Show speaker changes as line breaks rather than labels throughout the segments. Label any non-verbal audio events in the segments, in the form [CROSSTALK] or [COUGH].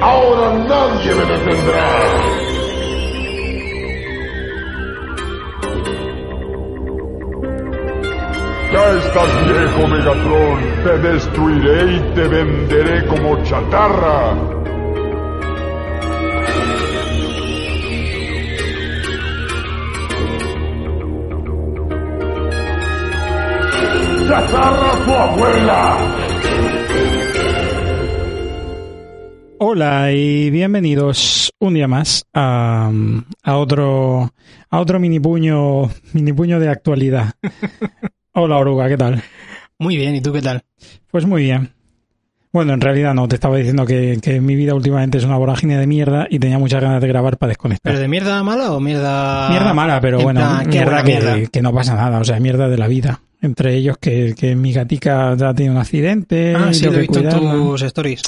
Ahora nadie me detendrá. Ya estás viejo, Megatron. Te destruiré y te venderé como chatarra. ¡Chatarra tu abuela!
Hola y bienvenidos un día más a, a otro a otro mini puño mini puño de
[LAUGHS]
actualidad. Hola Oruga, ¿qué tal?
Muy bien, ¿y tú qué tal?
Pues muy bien. Bueno, en realidad no, te estaba diciendo que, que mi vida últimamente es una vorágine de mierda y tenía muchas ganas de grabar para
¿Pero
desconectar.
de mierda mala o mierda...?
Ah. mierda mala, pero
en
bueno,
plan, qué
mierda
rara mierda.
que, que no pasa nada, o sea, mierda de la vida. Entre ellos que, que mi gatica ya tiene un accidente,
Ah, sí,
tengo
lo he
que
visto en
cuidarla.
tus stories.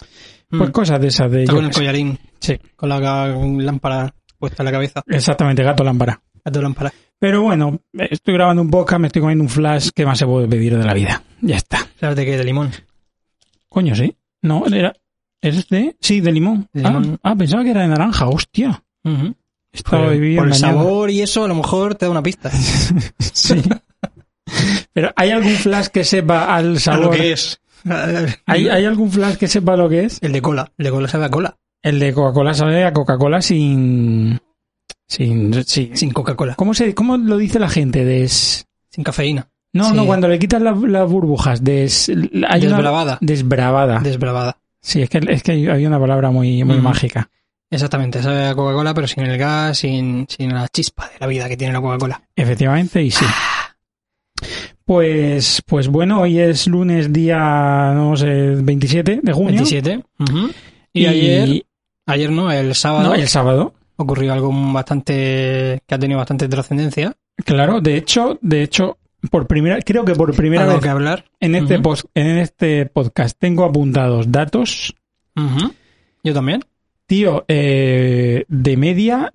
Mm,
Pues cosas de esas de
Está
yo
con el
qué sé.
collarín,
Sí,
con la ga- lámpara puesta en la cabeza.
exactamente, gato lámpara.
A tu lámpara.
Pero bueno, estoy grabando un podcast, me estoy comiendo un flash, ¿qué más se puede pedir de la vida? Ya está.
¿Sabes de qué? De limón.
Coño, sí. No, era. ¿Es de.? Sí, de limón.
De
Ah,
limón.
Ah, pensaba que era de naranja, hostia.
Ujú.
Estaba
por
viviendo
por el sabor y eso a lo mejor te da una pista.
[LAUGHS] Sí. Pero ¿hay algún flash que sepa al
A
sabor?
lo que [LAUGHS] es.
¿Hay, hay algún flash que sepa lo que es?
El de cola. El de cola sabe a cola.
El de Coca-Cola sabe a Coca-Cola sin. Sin. sin-
Sin Coca-Cola.
¿Cómo, se, ¿Cómo lo dice la gente? Des...
Sin cafeína.
No,
Sí.
no, cuando le quitas la- las burbujas. Des... hay una-
Desbravada.
Desbravada.
Desbravada.
Sí, es que, es que hay- había una palabra muy, muy
Ujú.
mágica.
Exactamente. Sabe a Coca-Cola pero sin el gas, sin, sin la chispa de la vida que tiene la Coca-Cola.
Efectivamente, y sí.
Ah.
Pues, pues bueno, hoy es lunes día, no sé, 27 de junio.
27. Ujú. Y, ayer... Ayer no, el sábado.
No, el sábado.
ocurrió algo bastante que ha tenido bastante trascendencia
Claro, de hecho, de hecho, por primera, creo que por primera
algo
vez
que hablar
en este
Ah, Ujú.
pos- en este podcast tengo apuntados datos.
Ujú. yo también
Tío, eh, de media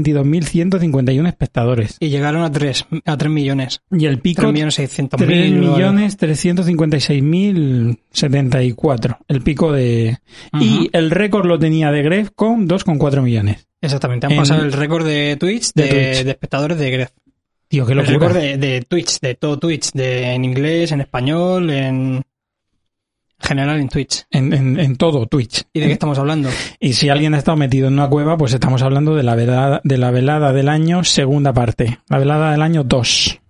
2.422.151 espectadores.
y llegaron a 3 a tres millones
Y el pico
3 millones 600 mil
3.356.074, el pico de... Y el récord lo tenía de Gref con 2,4 millones.
exactamente han
en-
pasado el récord de Twitch de,
de Twitch.
de espectadores de Gref
Tío, qué
el récord
locura.
de, de Twitch de todo Twitch de, en inglés en español en en general en Twitch
En, en- en todo Twitch.
y de qué
[LAUGHS]
estamos hablando
Y si alguien ha estado metido en una cueva, pues estamos hablando de la velada, de la velada del año segunda parte. La velada del año 2.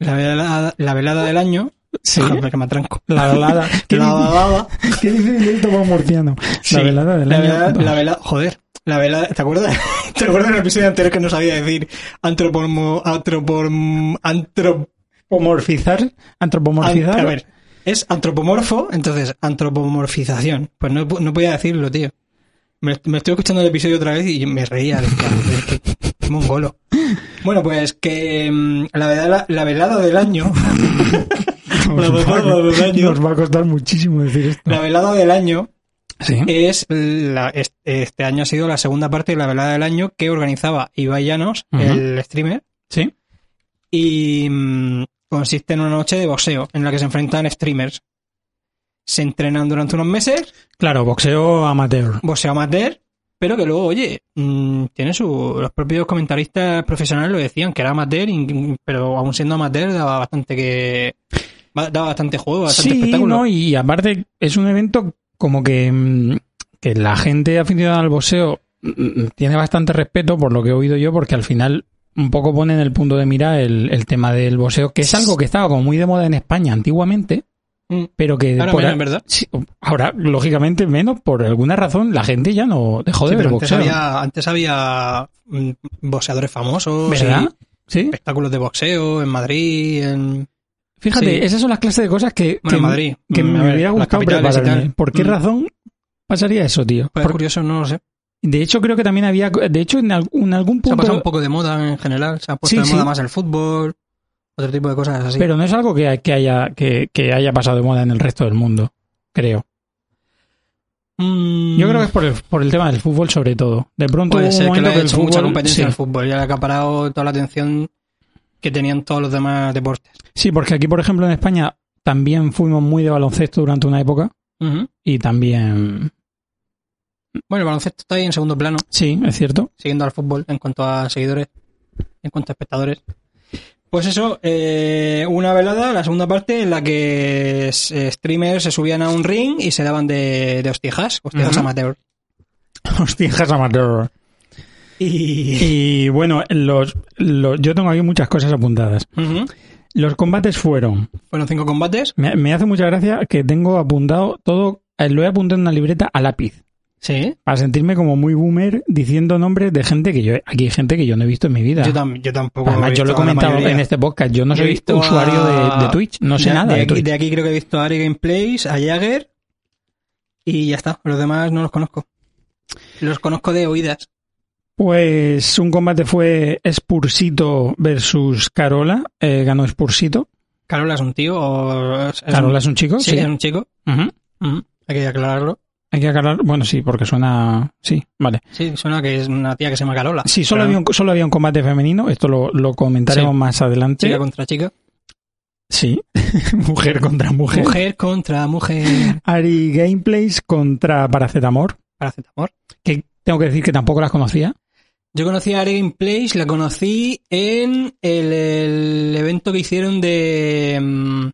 la velada, la velada del año
Sí.
Joder, que me atranco
La
[LAUGHS]
velada... qué,
la
di-
velada
[LAUGHS] qué difícil es tomar murciano.
Sí,
la velada del
la
año
velada-
dos.
la velada- joder, la velada, ¿te acuerdas? [LAUGHS] ¿Te acuerdas del episodio anterior que no sabía decir antropomo, antroporm, antrop,
Pomorfizar, antropomorfizar.
a ver, es antropomorfo, entonces antropomorfización. Pues no, no podía decirlo, tío. Me, me estoy escuchando el episodio otra vez y me reía. decía, "Joder, qué- qué mongolo. Bueno, pues que mm, la velada, la velada del año, [LAUGHS]
Nos
la
va-
velada del año,
[LAUGHS] Nos va a costar muchísimo decir esto.
la velada del año
Sí.
es la, es- este año ha sido la segunda parte de la velada del año que organizaba Ibai Llanos,
Ujú.
el streamer,
Sí.
y mm, consiste en una noche de boxeo en la que se enfrentan streamers. Se entrenan durante unos meses,
Claro, boxeo amateur.
boxeo amateur, pero que luego, oye, mm, tiene su, los propios comentaristas profesionales lo decían que era amateur, y- pero aún siendo amateur daba bastante que ba- daba bastante juego, bastante
Sí,
espectáculo.
no, y aparte es un evento como que, mm, que la gente aficionada al boxeo mm, tiene bastante respeto por lo que he oído yo, porque al final un poco pone en el punto de mira el, el tema del boxeo, que es algo que estaba como muy de moda en España antiguamente,
Mm.
pero que
Ahora
por
menos,
a-
¿verdad?
sí, ahora, lógicamente, menos por alguna razón, la gente ya no dejó
Sí,
de ver
pero antes
boxeo.
había, antes había mm, boxeadores famosos,
¿Verdad?
y-
Sí.
espectáculos de boxeo en Madrid, en,
Fíjate,
Sí.
esas son las clases de cosas que,
bueno,
que-
en Madrid,
que
Mm,
me
a ver,
hubiera
las
gustado
capitales y
prepararme.
tal.
¿Por qué
Mm.
razón? Pasaría eso, tío.
Pues
Por-
curioso, no lo sé.
de hecho, creo que también había. De hecho, en, al- en algún
Se ha
punto.
pasado un poco de moda en general. Se ha puesto
Sí,
de moda
sí.
más el fútbol, otro tipo de cosas así.
Pero no es algo que, que haya, que, que haya pasado de moda en el resto del mundo, creo.
Mm,
Yo creo que es por el, por el tema del fútbol, sobre todo. De pronto
puede
hubo un
ser que le
momento
haya
el
hecho mucha competencia
sí.
al fútbol y ha acaparado toda la atención que tenían todos los demás deportes.
Sí, porque aquí, por ejemplo, en España también fuimos muy de baloncesto durante una época y también...
Bueno, el baloncesto está ahí en segundo plano,
Sí, es
[LAUGHS]
cierto.
siguiendo al fútbol en cuanto a seguidores, en cuanto a espectadores. Pues eso, eh, una velada, la segunda parte en la que s- eh, streamers se subían a un ring y se daban de, de hostijas, hostijas
Ujú.
amateur.
Hostijas amateur.
[LAUGHS] Y...
Y bueno, los, los- yo tengo aquí muchas cosas apuntadas.
Ujú.
Los combates fueron...
Fueron cinco combates.
Me, me hace mucha gracia que tengo apuntado todo... eh, Lo he apuntado en una libreta a lápiz.
Sí.
Para sentirme como muy boomer diciendo nombres de gente que yo... Aquí hay gente que yo no he visto en mi vida.
Yo, tam- yo tampoco.
Además,
he
yo lo he
visto a la
comentado
mayoría.
en este podcast. Yo no
Yo he
soy
visto
usuario
a-
de, de Twitch. No sé
de-
nada
De
de
aquí,
Twitch.
de aquí creo que he visto a Ari Gameplays, a Jagger y ya está. Los demás no los conozco. Los conozco de oídas.
Pues un combate fue Spursito versus Carola. Eh, ganó Spursito.
Carola es un tío o... es- es
Carola
un-
es un chico,
sí,
sí.
es un chico.
Ujú.
Ujú, Hay que aclararlo.
Hay que aclarar. Bueno, sí, porque suena. Sí, vale.
Sí, suena que es una tía que se llama Carola.
Sí, solo,
Pero
había, un, solo había un combate femenino. Esto lo, lo comentaremos
Sí.
más adelante.
Chica contra chica.
Sí. [LAUGHS] mujer contra [LAUGHS] mujer.
Mujer contra mujer.
Ari Gameplays contra Paracetamor.
Paracetamor.
Que tengo que decir que tampoco las conocía.
Yo conocí a Ari Gameplays, la conocí en el, el evento que hicieron de, mm,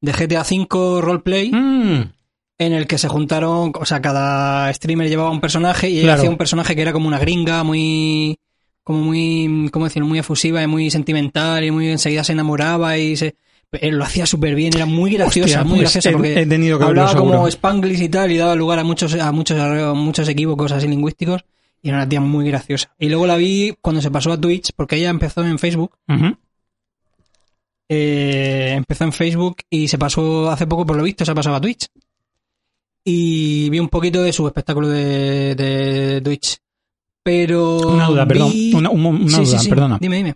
de GTA V Roleplay.
Mm.
en el que se juntaron, o sea, cada streamer llevaba un personaje y ella
Claro.
hacía un personaje que era como una gringa, muy, como muy, ¿cómo decirlo? Muy efusiva y muy sentimental y muy enseguida se enamoraba y se, él lo hacía súper bien, era muy graciosa,
Hostia,
muy
pues
graciosa
he-
porque
he tenido que verlo
hablaba como
seguro.
spanglish y tal y daba lugar a muchos, a muchos, a muchos equívocos así lingüísticos y era una tía muy graciosa. Y luego la vi cuando se pasó a Twitch porque ella empezó en Facebook
Ujú.
eh, empezó en Facebook y se pasó hace poco, por lo visto, se ha pasado a Twitch. Y vi un poquito de su espectáculo de, de Twitch. Pero.
Una duda,
vi-
perdón. Una, un- una
Sí, sí,
duda,
sí.
perdona.
Dime, dime.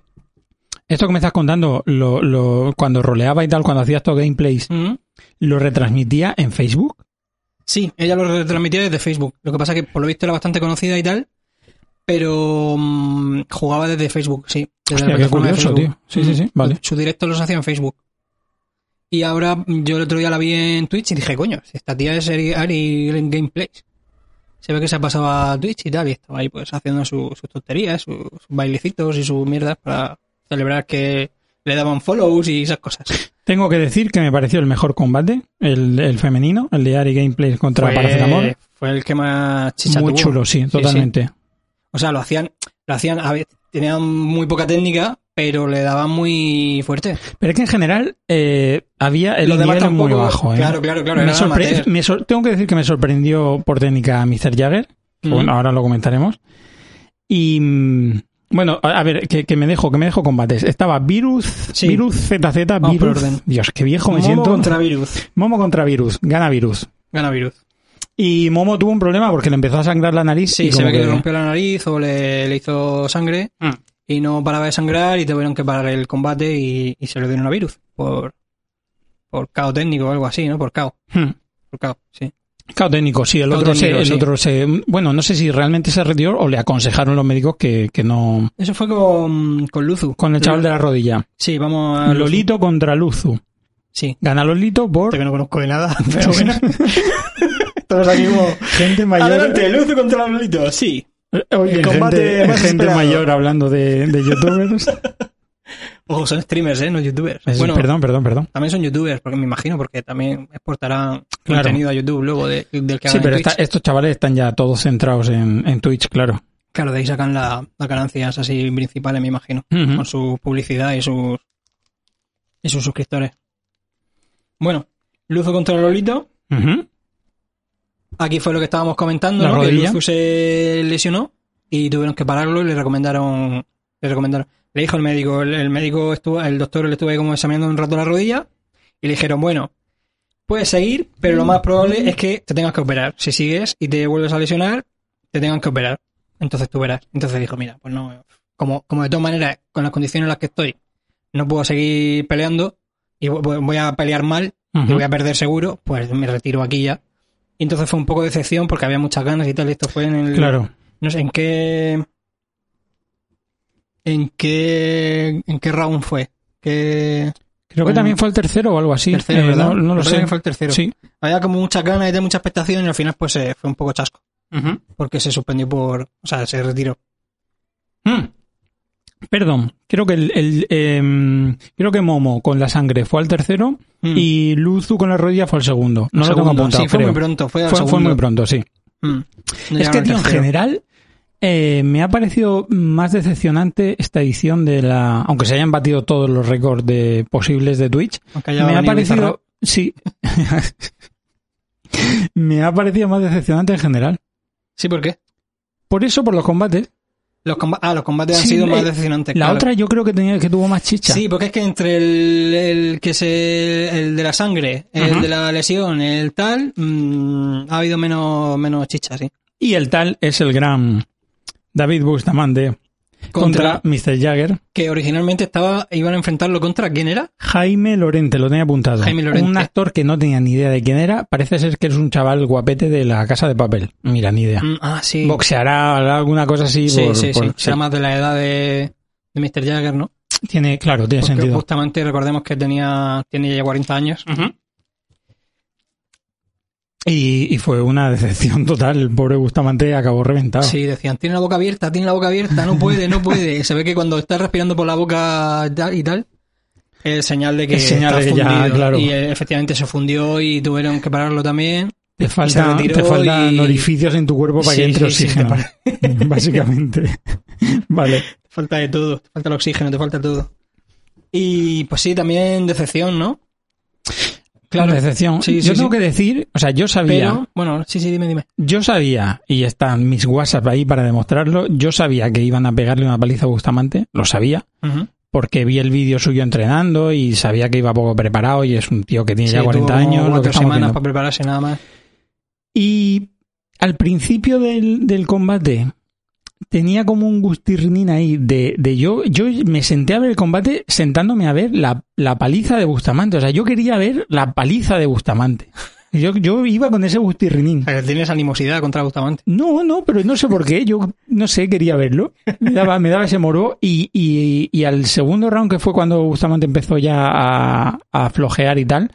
Esto que me estás contando, lo, lo- cuando roleaba y tal, cuando hacías estos gameplays,
Ujú.
¿lo retransmitía en Facebook?
Sí, ella lo retransmitía desde Facebook. Lo que pasa que, por lo visto, era bastante conocida y tal. Pero mm, jugaba desde Facebook, sí. Desde
Hostia, qué
plataforma de
curioso,
Facebook.
tío. Sí, sí, sí,
Ujú.
vale.
Sus directos los hacía en Facebook. Y ahora, mm, yo el otro día la vi en Twitch y dije, coño, si esta tía es Ari, Ari en Gameplay. Se ve que se ha pasado a Twitch y tal, y estaba ahí pues haciendo su- sus tonterías, su- sus bailecitos y sus mierdas para celebrar que le daban follows y esas cosas.
Tengo que decir que me pareció el mejor combate, el, el femenino, el de Ari Gameplays contra
Pues,
Paracetamol.
fue el que más chicha
Muy
tuvo.
chulo, sí, totalmente.
O sea, lo hacían, lo hacían, a ver, tenían muy poca técnica, pero le daban muy fuerte.
Pero es que en general eh, había el
Los demás
nivel es muy
tampoco-
bajo. ¿eh?
Claro, claro, claro.
Me
eran
sorpre-
amateurs.
me sor- tengo que decir que me sorprendió por técnica a Mr. Jagger. que
Mm.
Bueno, ahora lo comentaremos. Y mm, bueno, a, a ver, que, que me dejo, que me dejo combates. Estaba Virus,
Sí.
Virus ZZ,
Vamos por
Virus.
orden.
Dios, qué viejo me
Momo
siento.
contra virus.
Momo contra Virus, gana Virus.
Gana virus.
Y Momo tuvo un problema porque le empezó a sangrar la nariz.
Sí,
y
se
como
ve que, le rompió la nariz o le, le hizo sangre
Mm.
y no paraba de sangrar y tuvieron que parar el combate y, y se lo dieron a virus por, por cao técnico o algo así, ¿no? Por cao.
Hmm.
Por cao, sí.
Claro, técnico, sí, el
Cao
otro,
técnico,
se, el
sí.
otro se... Bueno, no sé si realmente se retiró o le aconsejaron los médicos que, que no...
Eso fue con, con Luzu.
Con el chaval de la rodilla.
Sí, vamos a. Luzu.
Lolito contra Luzu.
Sí.
Gana Lolito por...
no conozco de nada, [LAUGHS] pero bueno. Todos aquí como.
Gente mayor... eh,
Adelante, Luzu contra Lolito, sí.
Oye,
El combate
gente,
más
gente
esperado.
mayor hablando de, de youtubers.
Ojo, son streamers, ¿eh? No youtubers.
Es-
[LAUGHS] bueno,
perdón, perdón, perdón.
también son youtubers, porque me imagino, porque también exportarán
Claro.
contenido a YouTube luego de- del que
Sí,
hagan en
pero
Twitch.
esta- estos chavales están ya todos centrados en, en Twitch, claro.
Claro, de ahí sacan la- las ganancias así principales, me imagino.
Ujú.
Con su publicidad y sus, y sus suscriptores. Bueno, Luzu contra Lolito.
Ujú.
Aquí fue lo que estábamos comentando,
La
¿no? Que
rodilla.
Luzu se lesionó y tuvieron que pararlo y le recomendaron, le recomendaron, le dijo el médico, el, el médico estuvo, el doctor le estuvo ahí como examinando un rato la rodilla y le dijeron, bueno, Puedes seguir, pero lo más probable es que te tengas que operar. Si sigues y te vuelves a lesionar, te tengan que operar. Entonces tú verás. Entonces dijo, mira, pues no, como, como de todas maneras, con las condiciones en las que estoy, no puedo seguir peleando y vo- vo- voy a pelear mal y
Ujú.
voy a perder seguro, pues me retiro aquí ya. Y entonces fue un poco de decepción porque había muchas ganas y tal. y Esto fue en el,
Claro.
no sé, ¿en qué. ¿En qué. ¿En qué round fue? ¿Qué.
Creo que
Bueno,
también fue el tercero o algo así.
tercero,
Eh,
verdad?
No, no
Me
lo
parece
sé.
que fue el tercero.
Sí.
Había como muchas ganas y tenía mucha expectación y al final, pues eh, fue un poco chasco. Porque se suspendió por. O sea, se retiró.
Mm. Perdón, creo que el, el, em, creo que Momo con la sangre fue al tercero
Mm.
y Luzu con la rodilla fue al segundo. No lo
Segundo,
tengo apuntado,
Sí, fue
creo.
muy pronto. Fue, al
Fue- fue,
segundo.
muy pronto, sí.
Mm. No
es
llegaron
que
al
tío, en
tercero.
general eh, me ha parecido más decepcionante esta edición de la, aunque se hayan batido todos los récords de posibles de Twitch,
Aunque haya
me ha
venido Bizarrap.
parecido, sí, [LAUGHS] me ha parecido más decepcionante en general.
Sí, ¿por qué?
Por eso, por los combates.
Los comba- ah, los combates han
Sí,
sido
eh,
más decepcionantes.
La
claro.
otra yo creo que tenía que tuvo más chicha.
Sí, porque es que entre el, el que se el de la sangre, el
Ajá.
de la lesión, el tal, mm, ha habido menos menos chicha, sí.
Y el tal es el gran David Bustamante contra, Mr. Jagger.
que originalmente estaba iban a enfrentarlo contra quién era?
Jaime Lorente, lo tenía apuntado.
Jaime Lorente.
Un actor que no tenía ni idea de quién era. Parece ser que es un chaval guapete de la casa de papel. Mira, ni idea.
Mm, ah, sí.
Boxeará, hará alguna cosa así.
sí,
por-
sí,
por-
sí. Será más de la edad de, de Mr. Jagger, ¿no?
Tiene, claro, tiene
Porque
sentido.
justamente recordemos que tenía tiene ya 40 años.
Y, y fue una decepción total. El pobre Bustamante acabó reventado.
Sí, decían, tiene la boca abierta, tiene la boca abierta, no puede, no puede.
[LAUGHS]
Se ve que cuando está respirando por la boca ya- y tal, es señal de que
Es señal
está
de que ya,
fundido.
claro.
Y eh, efectivamente se fundió y tuvieron que pararlo también.
Te, falta,
retiró
te faltan
y-
orificios en tu cuerpo para
Sí,
que entre
sí, sí,
oxígeno. [LAUGHS] Básicamente. vale.
Te falta de todo, te falta el oxígeno, te falta todo. Y pues sí, también decepción, ¿no? Claro.
Decepción.
Sí,
yo
sí,
tengo
sí.
que decir, o sea, yo sabía,
Pero, bueno, sí, sí, dime, dime.
yo sabía, y están mis WhatsApp ahí para demostrarlo, yo sabía que iban a pegarle una paliza a Bustamante, lo sabía,
Ujú.
porque vi el vídeo suyo entrenando y sabía que iba poco preparado y es un tío que tiene
Sí,
ya
tuvo
40
como
años. Lo que
cuatro
estamos
semanas
viendo. Mm.
para prepararse nada más.
Y al principio del, del combate tenía como un gustirnín ahí de, de yo, yo me senté a ver el combate sentándome a ver la, la paliza de Bustamante. O sea, yo quería ver la paliza de Bustamante. [LAUGHS] Yo, yo iba con ese gustirrinín.
O sea, que tienes animosidad contra Bustamante.
No, no, pero no sé por qué. Yo no sé, quería verlo. Me daba, me daba ese morbo. Y, y- y al segundo round, que fue cuando Bustamante empezó ya a, a flojear y tal,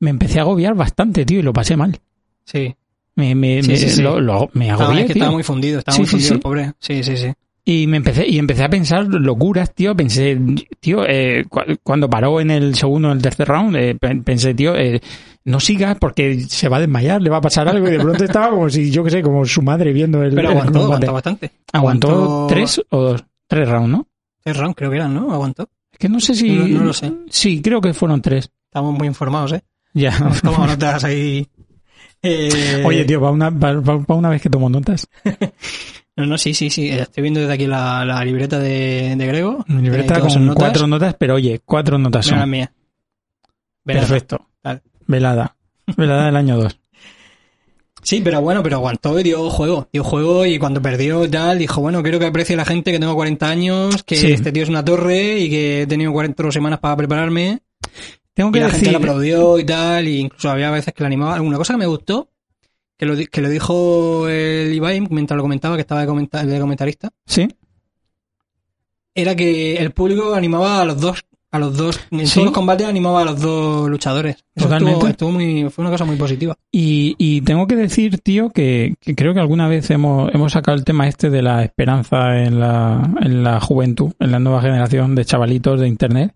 me empecé a agobiar bastante, tío, y lo pasé mal.
Sí.
Me, me,
Sí,
me-
sí, sí.
Lo, lo- me
Estaba,
agobié,
es que
tío.
estaba muy fundido, estaba
Sí,
muy
sí,
fundido
sí.
el pobre. Sí, sí, sí.
Y me empecé, y empecé a pensar locuras, tío. Pensé, tío, eh, cu- cuando paró en el segundo o en el tercer round, eh, pe- pensé, tío, eh, no sigas porque se va a desmayar, le va a pasar algo. Y de pronto estaba como si, yo qué sé, como su madre viendo el.
Pero
el
aguantó,
combate.
aguantó bastante.
Aguantó
aguantó-
tres o dos. Tres rounds, ¿no?
Es round, creo que era, ¿no? Aguantó.
Es que no sé si.
No- no lo sé.
Sí, creo que fueron tres.
Estamos muy informados, ¿eh?
Ya. [LAUGHS]
Estamos tomando notas ahí. Eh,
Ah. Oye, tío, para una, pa- pa- pa una vez que tomo notas.
No, no, sí, sí, sí. Eh, Estoy viendo desde aquí la, la libreta de, de Grego.
Mi libreta con
Tiene todas sus notas.
cuatro Eh, notas, pero oye, cuatro notas
Mira la
son.
mía. Verás.
Perfecto.
Vale.
Velada. Velada del año 2.
Sí, pero bueno, pero aguantó y dio juego. Dio juego y cuando perdió tal, dijo, bueno, quiero que aprecie a la gente que tengo 40 años, que
Sí.
este tío es una torre y que he tenido 40 semanas para prepararme.
Tengo
Y
que
la gente
decir.
le aplaudió y tal, y incluso había veces que le animaba. Una cosa que me gustó, que lo, di- que lo dijo el Ibai mientras lo comentaba, que estaba de, comenta- de comentarista,
Sí.
era que el público animaba a los dos. A los dos, en
Sí.
todos los combates animaba a los dos luchadores. Eso
Totalmente.
estuvo, estuvo muy, fue una cosa muy positiva.
Y, y tengo que decir, tío, que, que creo que alguna vez hemos, hemos sacado el tema este de la esperanza en la, en la juventud, en la nueva generación de chavalitos de Internet,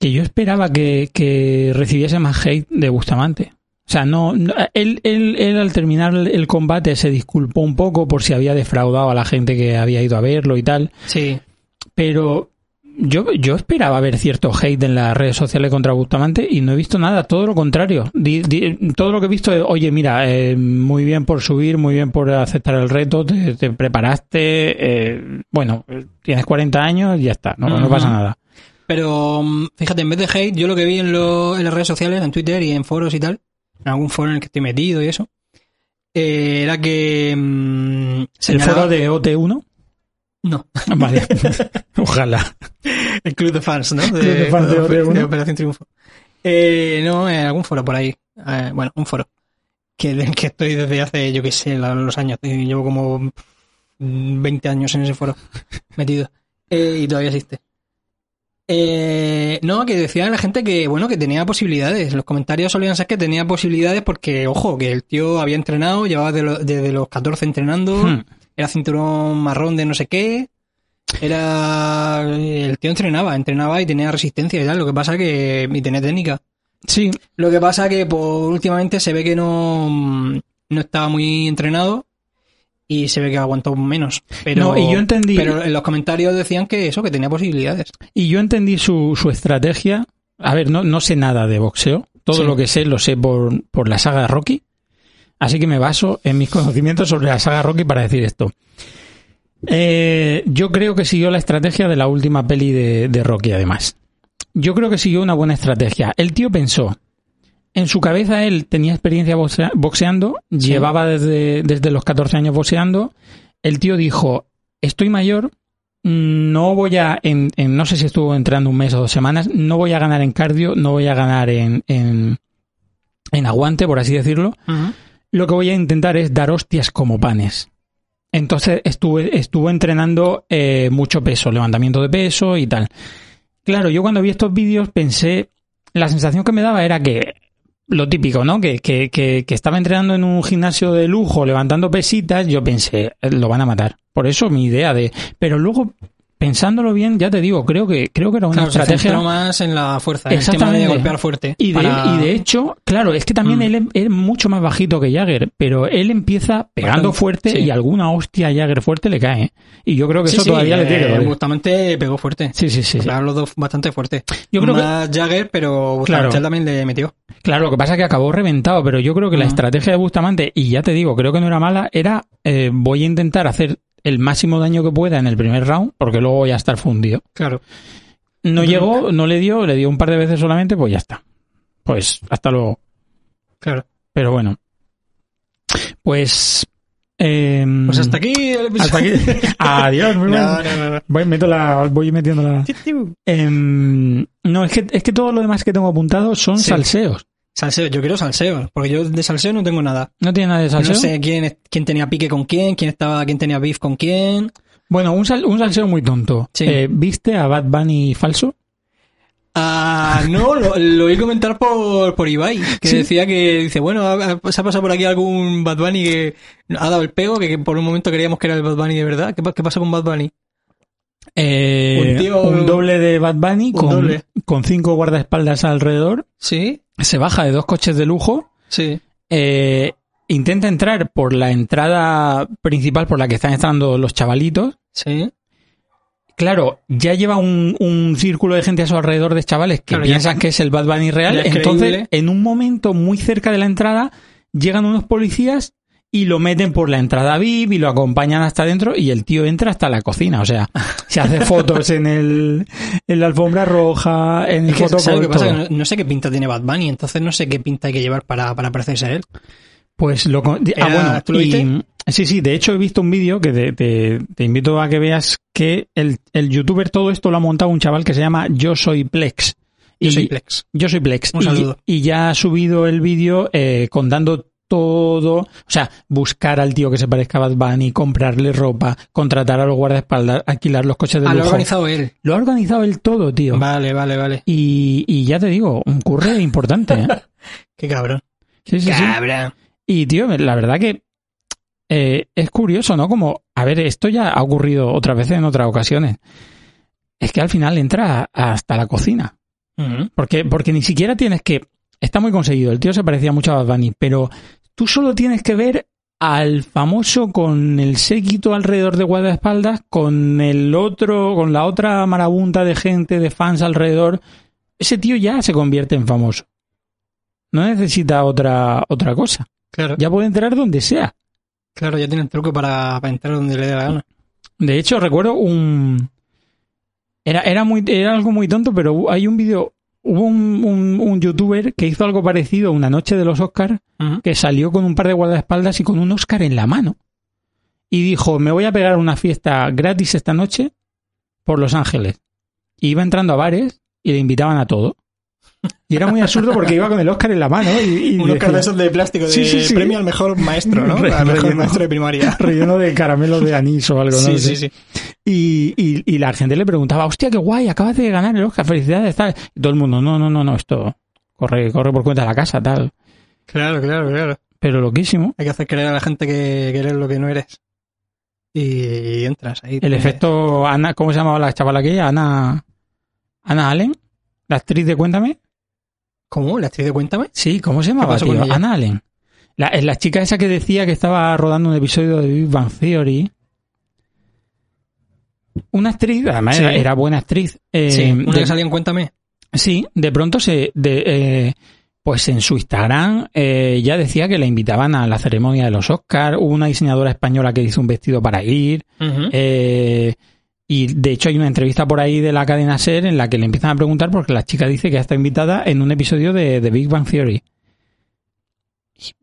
que yo esperaba que, que recibiese más hate de Bustamante. O sea, no, no- él, él, él al terminar el combate se disculpó un poco por si había defraudado a la gente que había ido a verlo y tal,
Sí,
pero yo, yo esperaba ver cierto hate en las redes sociales contra Bustamante y no he visto nada, todo lo contrario. Di- di- todo lo que he visto es, oye, mira, eh, muy bien por subir, muy bien por aceptar el reto, te, te preparaste, eh, bueno, eh, tienes 40 años y ya está, no, no
Ujú.
pasa nada.
Pero mm, fíjate, en vez de hate, yo lo que vi en, lo- en las redes sociales, en Twitter y en foros y tal, en algún foro en el que estoy metido y eso, eh, era que mm,
¿El
señalaba-
foro de OT1?
No,
[LAUGHS] Vale. Ojalá.
el club de fans, ¿no?
Club de fans de Oregon.
de Operación Triunfo. Eh, no, en algún foro por ahí. Eh, bueno, un foro. Que, del que estoy desde hace, yo qué sé, la- los años. Eh, Llevo como 20 años en ese foro metido. Eh, y todavía existe. Eh, no, que decía la gente que, bueno, que tenía posibilidades. Los comentarios solían ser que tenía posibilidades porque, ojo, que el tío había entrenado, llevaba de lo- desde los 14 entrenando
Hmm.
era cinturón marrón de no sé qué. Era. El tío entrenaba, entrenaba y tenía resistencia y tal. Lo que pasa que. Y tenía técnica.
Sí,
Lo que pasa que por últimamente se ve que no. No estaba muy entrenado. Y se ve que aguantó menos. Pero,
No, y yo entendí-
Pero en los comentarios decían que eso, que tenía posibilidades.
Y yo entendí su, su estrategia. A ver, no, no sé nada de boxeo. Todo
Sí.
lo que sé lo sé por, por la saga de Rocky. Así que me baso en mis [LAUGHS] conocimientos sobre la saga Rocky para decir esto. Eh, yo creo que siguió la estrategia de la última peli de, de Rocky, además. Yo creo que siguió una buena estrategia. El tío pensó. En su cabeza él tenía experiencia boxea- boxeando, llevaba desde, desde los 14 años boxeando. El tío dijo, estoy mayor, no voy a, en, en- no sé si estuvo entrando un mes o dos semanas, no voy a ganar en cardio, no voy a ganar en, en, en aguante, por así decirlo. Lo que voy a intentar es dar hostias como panes. Entonces estuve, estuvo entrenando eh, mucho peso, levantamiento de peso y tal. Claro, yo cuando vi estos vídeos pensé, la sensación que me daba era que, lo típico, ¿no? Que, que, que, que estaba entrenando en un gimnasio de lujo, levantando pesitas, yo pensé, "Eh, lo van a matar. Por eso mi idea de... Pero luego, pensándolo bien, ya te digo, creo que, creo que era una
Claro, se
estrategia...
centró más en la fuerza, en el tema de
Exactamente.
golpear fuerte.
Y de,
para-
y de hecho, claro, es que también
Mm.
él es, es mucho más bajito que Jagger, pero él empieza pegando
Bastante,
fuerte
sí.
y alguna hostia a Jagger fuerte le cae. ¿eh? Y yo creo que
Sí,
eso
sí,
todavía le tiene que
eh,
doler.
Bustamante pegó fuerte.
Sí, sí, sí. sí.
Claro, los dos bastante fuertes.
Yo creo que-
Más Jagger, pero Bustamante
Claro.
también le metió.
Claro, lo que pasa es que acabó reventado, pero yo creo que la
Ujú.
estrategia de Bustamante, y ya te digo, creo que no era mala, era eh, voy a intentar hacer el máximo daño que pueda en el primer round, porque luego voy a estar fundido.
Claro.
No
Ujú.
llegó, no le dio, le dio un par de veces solamente, pues ya está. Pues hasta luego.
Claro.
Pero bueno. Pues... em,
Pues hasta aquí el episodio. [LAUGHS]
Hasta aquí. Adiós. muy bueno.
no, no, no, no.
Voy, meto la- voy metiendo la... Em, no, es que, es que todo lo demás que tengo apuntado son
Sí.
salseos.
Salseo, yo quiero salseo, porque yo de salseo no tengo nada.
¿No tiene nada de salseo?
No sé quién, es- quién tenía pique con quién, quién estaba, quién tenía beef con quién.
Bueno, un, sal- un salseo muy tonto.
Sí.
Eh, ¿Viste a Bad Bunny falso?
Ah, no, lo, lo oí comentar por, por Ibai, que
Sí.
decía que dice, bueno, ha- ha- se ha pasado por aquí algún Bad Bunny que ha dado el pego, que, que por un momento creíamos que era el Bad Bunny de verdad. ¿Qué, pa- qué pasa con Bad Bunny?
Eh,
Un tío-
un doble de Bad Bunny con,
doble.
con cinco guardaespaldas alrededor.
Sí,
Se baja de dos coches de lujo.
sí.
eh, intenta entrar por la entrada principal por la que están entrando los chavalitos.
Sí,
Claro, ya lleva un, un círculo de gente a su alrededor de chavales que
Claro, ya
piensan que es el Bad Bunny real.
ya es
Entonces,
creíble.
en un momento muy cerca de la entrada, llegan unos policías y lo meten por la entrada VIP y lo acompañan hasta adentro y el tío entra hasta la cocina. O sea, se
[LAUGHS]
hace fotos en el en la alfombra roja, en el
Es que, ¿sabes lo
fotocall,
que pasa?
todo.
Que no, no sé qué pinta tiene Bad Bunny, entonces no sé qué pinta hay que llevar para, para parecerse a él.
Pues lo. con- Ah,
Era-
bueno,
¿tú lo
y-
viste?
sí, sí, de hecho he visto un vídeo que te, te- te invito a que veas que el, el youtuber todo esto lo ha montado un chaval que se llama Yo Soy Plex.
Yo
Y-
soy Plex.
Yo soy Plex.
Un
y,
saludo.
y ya ha subido el vídeo eh, contando todo, o sea, buscar al tío que se parezca a Bad Bunny, comprarle ropa, contratar a los guardaespaldas, alquilar los coches de
Ah, lo ha
lujo.
organizado él.
Lo ha organizado él todo, tío.
Vale, vale, vale.
Y, y ya te digo, un curre importante.
[LAUGHS]
¿eh?
Qué cabrón.
Sí, sí, sí.
Cabrón.
Y, tío, la verdad que eh, es curioso, ¿no? Como, a ver, esto ya ha ocurrido otras veces en otras ocasiones. Es que al final entra hasta la cocina. Porque, porque ni siquiera tienes que. Está muy conseguido. El tío se parecía mucho a Bad Bunny, pero tú solo tienes que ver al famoso con el séquito alrededor de guardaespaldas, con el otro, con la otra marabunta de gente, de fans alrededor. Ese tío ya se convierte en famoso. No necesita otra, otra cosa.
Claro,
Ya puede entrar donde sea.
claro, ya tiene el truco para, para entrar donde le dé la gana.
De hecho, recuerdo un. Era, era, muy, era algo muy tonto, pero hu- hay un vídeo. Hubo un, un- un youtuber que hizo algo parecido una noche de los Oscars,
Ujú.
que salió con un par de guardaespaldas y con un Oscar en la mano. Y dijo: Me voy a pegar una fiesta gratis esta noche por Los Ángeles. Y iba entrando a bares y le invitaban a todo. Y era muy absurdo porque iba con el Oscar en la mano. Y, y
[LAUGHS] Un
decía,
Oscar de esos de plástico, de
Sí, sí, sí.
premio al mejor maestro, [LAUGHS] ¿no?
Re-
al mejor
relleno.
maestro de [LAUGHS] primaria.
relleno de caramelo de anís o algo, ¿no?
Sí,
sé.
sí, sí.
Y, y- y la gente le preguntaba, hostia, qué guay, acabas de ganar el Oscar, felicidades, tal. Y todo el mundo, no, no, no, no, esto corre, corre por cuenta de la casa, tal.
Claro, claro, claro.
Pero loquísimo.
Hay que hacer creer a la gente que, que eres lo que no eres. Y, entras ahí.
El
te-
efecto Ana, ¿cómo se llamaba la chavala aquella? Ana Ana Allen, la actriz de Cuéntame.
¿Cómo? ¿La actriz de Cuéntame?
Sí, ¿cómo se llamaba?
pasó con
tío?
ella?
Ana Allen. La, es la chica esa que decía que estaba rodando un episodio de Big Bang Theory. Una actriz, además
Sí.
era, era buena actriz. eh,
sí, una
de-
que salió en Cuéntame.
Sí, de pronto se, de, eh, pues en su Instagram eh, ya decía que la invitaban a la ceremonia de los Oscars. Hubo una diseñadora española que hizo un vestido para ir. eh, y de hecho hay una entrevista por ahí de la cadena Ser en la que le empiezan a preguntar porque la chica dice que está invitada en un episodio de, de Big Bang Theory.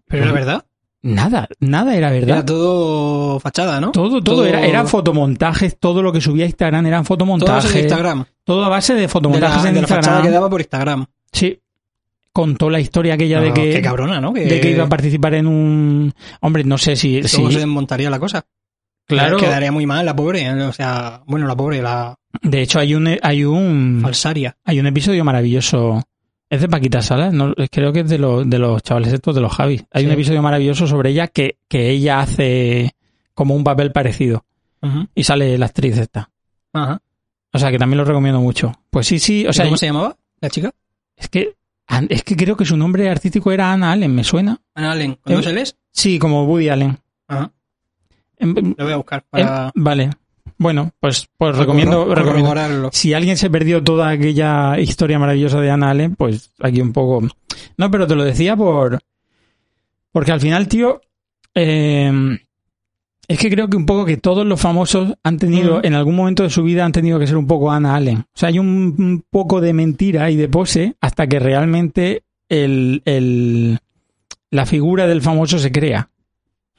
Pero era verdad.
Nada, nada era verdad.
Era todo fachada, ¿no?
todo, todo, era, eran fotomontajes. Todo lo que subía a Instagram eran
todo eso de
fotomontajes.
Instagram.
Todo a base de
De
fotomontajes
la,
en
de la
Instagram.
fachada que daba por Instagram.
Sí. Contó la historia aquella de
No,
que
Qué cabrona, ¿no? Que,
de que iba a participar en un hombre no sé si,
¿Cómo
si-
se desmontaría la cosa?
claro
Quedaría muy mal la pobre. ¿eh? O sea, bueno, la pobre, la
de hecho hay un hay un
falsaria.
hay un episodio maravilloso es de Paquita Salas no, creo que es de los de los chavales estos de los Javis hay
Sí.
un episodio maravilloso sobre ella que, que ella hace como un papel parecido y sale la actriz esta
Ajá.
o sea que también lo recomiendo mucho pues sí sí o sea
¿Cómo se llamaba la chica?
es que an- es que creo que su nombre artístico era Ana Allen me suena
Ana Allen. ¿Cuándo
Eh,
se lees?
sí como Woody Allen
Ajá.
Em- em-
Lo voy a buscar para...
em- vale bueno pues pues recomiendo
corro-
recomiendo
corroborarlo.
si alguien se perdió toda aquella historia maravillosa de Ana Allen, pues aquí un poco. No, pero te lo decía por. Porque al final, tío. eh, es que creo que un poco que todos los famosos han tenido,
Ujú.
en algún momento de su vida, han tenido que ser un poco Ana Allen. O sea, hay un, un poco de mentira y de pose hasta que realmente el, el- la figura del famoso se crea.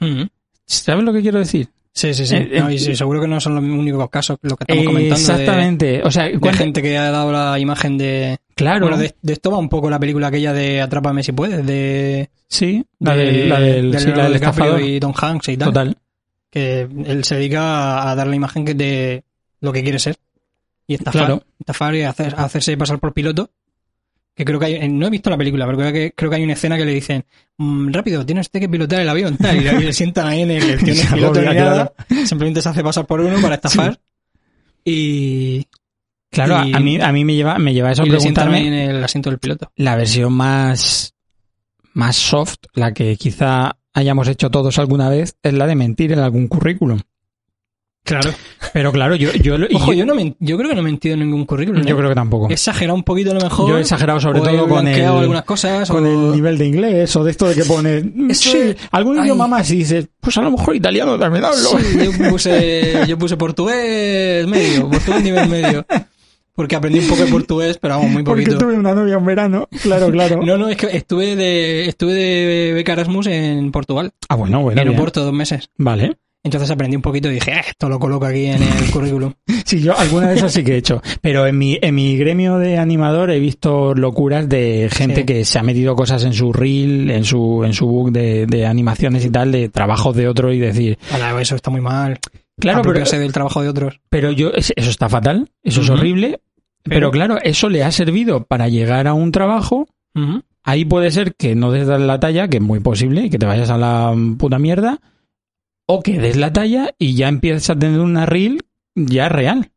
Ujú.
¿Sabes lo que quiero decir?
Sí, sí, sí.
Eh,
No,
eh,
y sí, seguro que no son los únicos casos lo que estamos
Eh,
comentando. de-
Exactamente. o sea,
De,
¿cuánta-
gente que ha dado la imagen de...
claro.
Bueno, de, de esto va un poco la película aquella de Atrápame si puedes, de...
sí, la, del- la del,
de
sí, la
Leonardo
del
DiCaprio
estafador.
y Don Hanks y tal.
Total.
Que él se dedica a dar la imagen que de lo que quiere ser. Y estafar,
Claro.
estafar y hacer- hacerse pasar por piloto. Que creo que hay, no he visto la película, pero creo que, creo que hay una escena que le dicen, "Mm, rápido, tienes usted que pilotar el avión, tal, y le [LAUGHS] sientan ahí en el que no es
[LAUGHS] Se
piloto ni
agobia,
nada, simplemente se hace pasar por uno para estafar, y,
Claro,
Y-
a mí, a mí me lleva, me lleva eso a
y le sientan ahí en
preguntarme
el asiento del piloto.
la versión más, más soft, la que quizá hayamos hecho todos alguna vez, es la de mentir en algún currículum.
Claro.
Pero claro, yo, yo, y
Ojo,
yo,
yo, no men- yo creo que no he mentido en ningún currículum.
yo
¿eh?
creo que tampoco.
He exagerado un poquito a lo mejor.
Yo he exagerado sobre
o he
todo con el,
blanqueado algunas cosas.
con
o-
el nivel de inglés o de esto de que pone mm,
[LAUGHS] Eso
sí,
es-
algún
ay.
idioma más y dices, pues a lo mejor italiano también hablo.
Sí, yo puse, yo puse portugués medio, portugués nivel medio. Porque aprendí un poco de portugués, pero vamos,
[LAUGHS]
muy
Porque
poquito.
tuve una novia en verano. Claro, claro.
[LAUGHS] No, no, es que estuve de, estuve de beca Erasmus en Portugal,
ah, bueno,
en
bueno. bien.
aeropuerto, dos meses.
Vale.
Entonces aprendí un poquito y dije, "Ah, esto lo coloco aquí en el currículum.
Sí, yo alguna de esas sí que he hecho. Pero en mi, en mi gremio de animador he visto locuras de gente
Sí.
que se ha metido cosas en su reel, en su, en su book de, de animaciones y tal, de trabajos de otro y decir,
Ala, eso está muy mal.
claro, pero,
Apropiarse del trabajo de otros.
pero yo, es- eso está fatal, eso es
Ujú.
horrible. Pero
Pero-
claro, eso le ha servido para llegar a un trabajo. Ahí puede ser que no des la talla, que es muy posible, y que te vayas a la puta mierda, o que des la talla y ya empiezas a tener una reel ya real.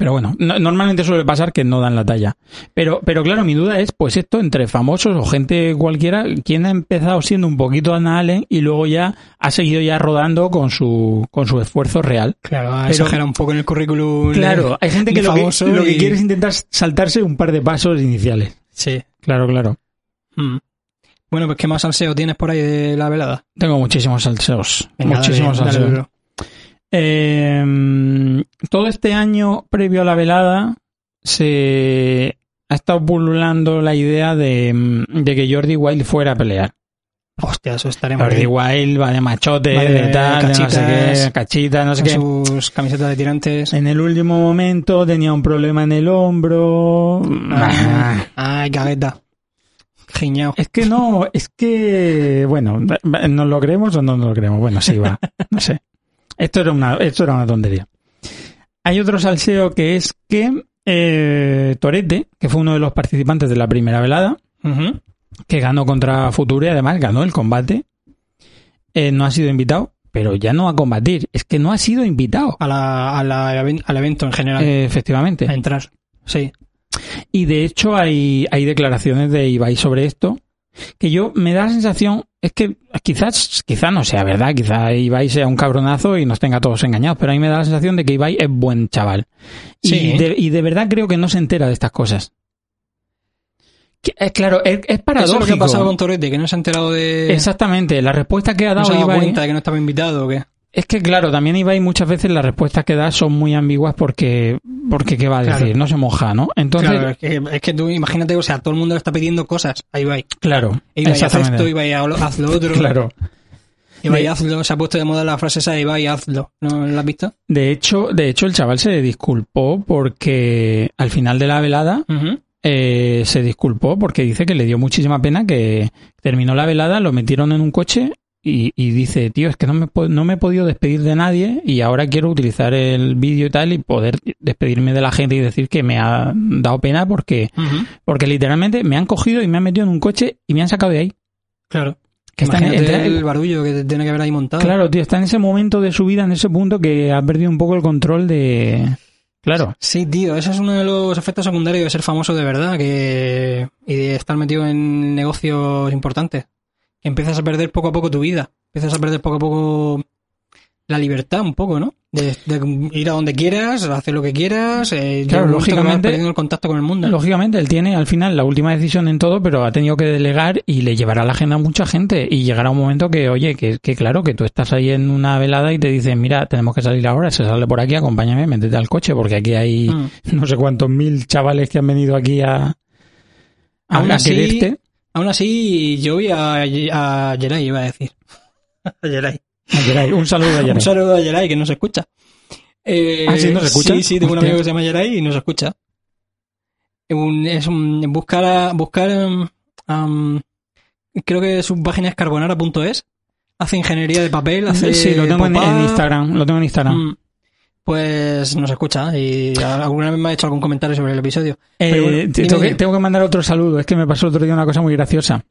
Pero bueno, no- normalmente suele pasar que no dan la talla. Pero, pero claro, mi duda es, pues esto entre famosos o gente cualquiera, ¿quién ha empezado siendo un poquito Ana Allen y luego ya ha seguido ya rodando con su, con su esfuerzo real?
Claro,
Pero-
exagera un poco en el currículum.
Claro, hay gente que
de
lo, que,
famoso
lo que
y-
quiere es intentar saltarse un par de pasos iniciales.
Sí.
Claro, claro.
Mm. Bueno, pues ¿qué más salseo tienes por ahí de la velada?
Tengo muchísimos salseos.
Venga, dale,
muchísimos
dale
salseos.
duro.
Eh, todo este año previo a la velada se ha estado pululando la idea de, de que Jordi Wild fuera a pelear.
Hostia, eso estaremos
Jordi Wild va de machote,
Va de
de tal, de no sé
cachitas,
qué, cachita, no sé
con
qué.
sus camisetas de tirantes.
En el último momento tenía un problema en el hombro. Ah.
Ay, cagueta. Giñao.
Es que no, es que, bueno, ¿nos lo creemos o no nos lo creemos? Bueno, sí, va, no sé. Esto era una, esto era una tontería. Hay otro salseo que es que eh, Torete, que fue uno de los participantes de la primera velada,
Ujú.
que ganó contra Future, además ganó el combate, eh, no ha sido invitado, pero ya no a combatir, es que no ha sido invitado,
A la, a la, even- al evento en general.
eh, efectivamente.
a entrar. Sí.
Y de hecho hay, hay declaraciones de Ibai sobre esto, que yo me da la sensación, es que quizás, quizás no sea verdad, quizás Ibai sea un cabronazo y nos tenga a todos engañados, pero a mí me da la sensación de que Ibai es buen chaval. Y,
Sí.
de, y de verdad creo que no se entera de estas cosas. Que- Es claro, es, es
Eso es
paradójico.
lo que ha pasado con Torete, que no se ha enterado de.
Exactamente, la respuesta que ha
No
dado
se ha dado
Ibai... ¿eh?
cuenta de que no estaba invitado o qué.
Es que claro, también Ibai muchas veces las respuestas que da son muy ambiguas porque, porque ¿qué va a
Claro.
decir? No se moja, ¿no? Entonces,
claro, es que, es que tú imagínate, o sea, todo el mundo le está pidiendo cosas a Ibai.
claro,
Ibai, haz
exactamente.
esto, Ibai, haz lo- haz lo
[LAUGHS]
otro.
Claro.
Ibai,
De-
hazlo. Se ha puesto de moda la frase esa de Ibai, hazlo. ¿No la has visto?
De hecho, de hecho, el chaval se disculpó porque al final de la velada eh, se disculpó porque dice que le dio muchísima pena que terminó la velada, lo metieron en un coche y, y dice, tío, es que no me, po- no me he podido despedir de nadie y ahora quiero utilizar el vídeo y tal y poder despedirme de la gente y decir que me ha dado pena porque, porque literalmente me han cogido y me han metido en un coche y me han sacado de ahí.
Claro.
Que está en-
imagínate
entra-
el barullo que tiene que haber ahí montado.
Claro, tío, está en ese momento de su vida, en ese punto que ha perdido un poco el control de... Claro.
Sí, tío, ese es uno de los efectos secundarios de ser famoso de verdad que y de estar metido en negocios importantes. Que empiezas a perder poco a poco tu vida, empiezas a perder poco a poco la libertad un poco, ¿no? De, de ir a donde quieras, hacer lo que quieras, eh,
Claro,
llega un momento que vas
lógicamente-
perdiendo el contacto con el mundo.
Lógicamente, él tiene al final la última decisión en todo, pero ha tenido que delegar y le llevará la agenda a mucha gente. Y llegará un momento que, oye, que, que claro, que tú estás ahí en una velada y te dicen, mira, tenemos que salir ahora, se sale por aquí, acompáñame, métete al coche, porque aquí hay
Mm.
no sé cuántos mil chavales que han venido aquí a, a,
Aún
a
así-
quererte.
Aún así, yo vi a, a Yeray, iba a decir. [LAUGHS] a Yeray.
A Geray. Un saludo a Geray.
[LAUGHS] Un saludo a Yeray que no se escucha. Eh,
Ah, ¿sí? ¿No se escucha?
Sí, sí, tengo un
Hostia.
amigo que se llama Yeray y no se escucha. Un- es un, buscar a- buscar em, am, creo que su página es carbonara.es. Hace ingeniería de papel, hace
Sí, lo tengo en,
papá.
en Instagram, lo tengo en Instagram.
Mm, Pues no se escucha y alguna vez me ha hecho algún comentario sobre el episodio.
Eh,
Pero bueno,
te-
dime,
tengo, que,
dime.
tengo que mandar otro saludo. Es que me pasó el otro día una cosa muy graciosa.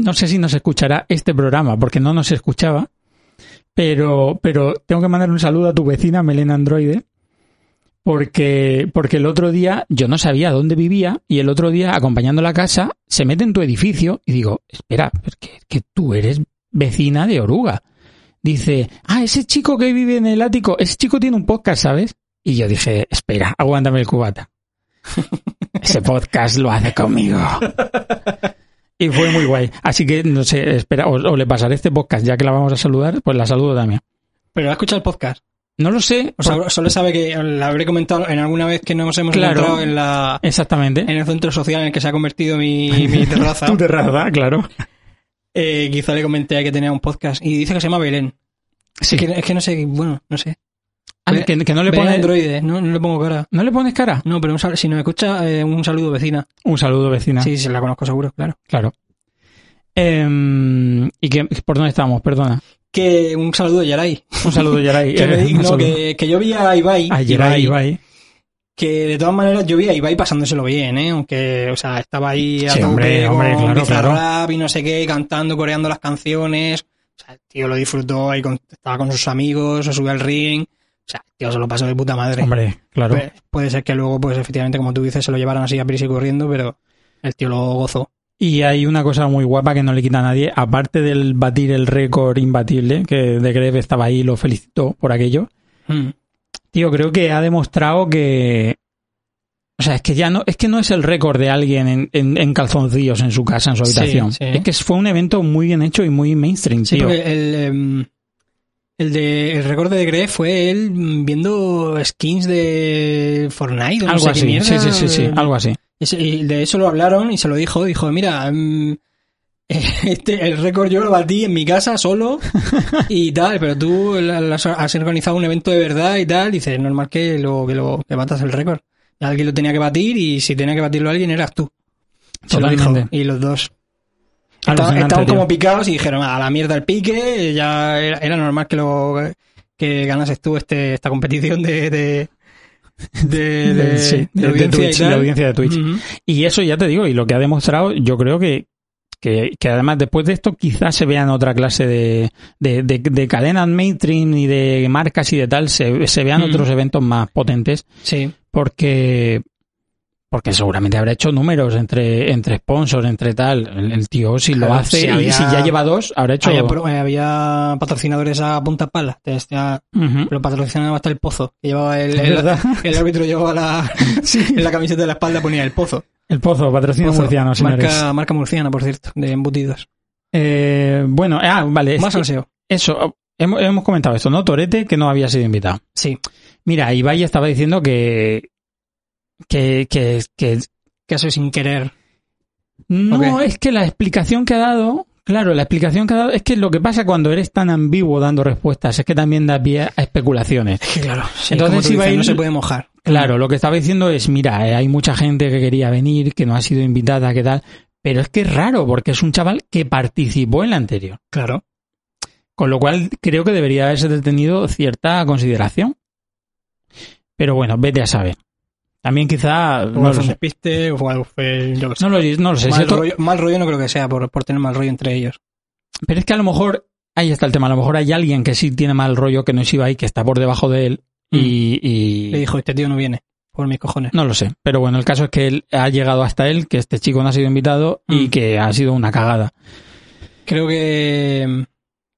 No sé si nos escuchará este programa, porque no nos escuchaba. Pero, pero tengo que mandar un saludo a tu vecina, Melena Androide. Porque, porque el otro día yo no sabía dónde vivía y el otro día, acompañando la casa, se mete en tu edificio y digo, espera, pero que, que tú eres vecina de Oruga. Dice, ah, ese chico que vive en el ático, ese chico tiene un podcast, ¿sabes? Y yo dije, espera, aguántame el cubata. Ese podcast lo hace conmigo. Y fue muy guay. Así que, no sé, espera, o, o le pasaré este podcast, ya que la vamos a saludar, pues la saludo también.
Pero ha escuchado el podcast.
No lo sé,
O sea, solo sabe que la habré comentado en alguna vez que nos
Pues-
hemos
Claro.
encontrado en la
exactamente.
en el centro social en el que se ha convertido mi,
[LAUGHS]
mi terraza.
Tu terraza, claro.
Eh, quizá le comenté que tenía un podcast y dice que se llama Belén.
Sí.
Que- es que no sé, bueno, no sé.
Ah, que, que no, le
Belén
pones,
androide, no, no le pongo cara.
no le pones cara.
No, pero un sal- si nos escucha, eh, un saludo vecina.
Un saludo, vecina.
Sí, sí, la conozco seguro, claro.
Claro. Em, ¿Y que, por dónde estábamos? Perdona.
Que un saludo
[LAUGHS]
a Yaray.
Un saludo, Yeray.
[LAUGHS] Que, me
Eh,
di-
un
no,
saludo.
que, que yo vi a Ibai,
A Yeray, Ibai.
Que de todas maneras yo vi a Ibai pasándoselo bien, ¿eh? Aunque, o sea, estaba ahí a
Sí, hombre,
tope
hombre,
con
claro,
Bizarrap y no sé qué, cantando, coreando las canciones. O sea, el tío lo disfrutó ahí, con- estaba con sus amigos, se subió al ring. O sea, el tío se lo pasó de puta madre.
Hombre, claro.
Pues, puede ser que luego, pues efectivamente, como tú dices, se lo llevaran así a prisa y corriendo, pero el tío lo gozó.
Y hay una cosa muy guapa que no le quita a nadie, aparte del batir el récord imbatible, que de Greve estaba ahí y lo felicitó por aquello. Hmm. Tío, creo que ha demostrado que. O sea, es que ya no, es que no es el récord de alguien en, en- en calzoncillos en su casa, en su
Sí,
habitación.
sí.
Es que fue un evento muy bien hecho y muy mainstream,
Sí,
tío.
porque el, em, El de el récord de Gref fue él viendo skins de Fortnite. o no
Algo
sé qué
así,
mierda. eh,
sí, sí, sí, sí, algo así.
Ese- Y de eso lo hablaron y se lo dijo. Dijo, mira, mm, [LAUGHS] este, el récord yo lo batí en mi casa solo y tal, pero tú la- la- has organizado un evento de verdad y tal. Dice, es normal que lo, que lo que batas el récord. Alguien lo tenía que batir y si tenía que batirlo alguien eras tú. Se lo dijo.
Totalmente.
Y los dos. Estaban,
Alucinante,
estaban
tío.
como picados y dijeron, a la mierda el pique, ya era, era normal que lo que ganases tú este, esta competición de de, de,
[LAUGHS]
de-
Sí, de-
de
de
audiencia
Twitch,
y tal.
la audiencia de Twitch.
Ujú.
Y eso ya te digo, y lo que ha demostrado, yo creo que, que, que además después de esto quizás se vean otra clase de, de, de- de cadenas mainstream y de marcas y de tal, se, se vean
Mm.
otros eventos más potentes,
Sí,
porque porque seguramente habrá hecho números entre, entre sponsors, entre tal. El, el tío si lo
Claro,
hace
si
y
había-
si ya lleva dos, habrá hecho...
había, pro- eh, había patrocinadores a punta pala, te decía,
Ujú.
lo patrocinaba hasta el pozo, que llevaba el, el-
¿Verdad?
[LAUGHS] el árbitro
[LAUGHS]
llevaba la, en la camiseta de la espalda ponía el pozo.
El pozo, patrocina
Pozo.
murciano, señores.
marca, marca murciana, por cierto, de embutidos.
Eh, bueno, ah, vale.
Más
es que-
salseo.
eso, hemos, hemos comentado esto, ¿no? Torete, que no había sido invitado.
Sí,
Mira, Ibai estaba diciendo que. que. que. que-
que eso es sin querer.
no,
Ok.
es que la explicación que ha dado. Claro, la explicación que ha dado es que lo que pasa cuando eres tan ambiguo dando respuestas es que también da pie a especulaciones.
Que claro, sí,
Entonces,
como tú
si va
dices,
a ir-
no se puede mojar.
Claro, lo que estaba diciendo es, mira, eh, hay mucha gente que quería venir, que no ha sido invitada, que tal, pero es que es raro porque es un chaval que participó en la anterior.
Claro.
Con lo cual creo que debería haberse detenido cierta consideración. Pero bueno, vete a saber. También quizá...
O
No lo
algo fue un
sé,
despiste, o algo fue. Yo qué sé.
no lo, no lo sé. si
mal,
esto-
rollo, mal rollo no creo que sea por, por tener mal rollo entre ellos.
Pero es que a lo mejor, ahí está el tema, a lo mejor hay alguien que sí tiene mal rollo, que no es Ibai, que está por debajo de él y... y-
Mm. Le dijo, este tío no viene, por mis cojones.
No lo sé, pero bueno, el caso es que él ha llegado hasta él, que este chico no ha sido invitado y
Mm.
que ha sido una cagada.
Creo que.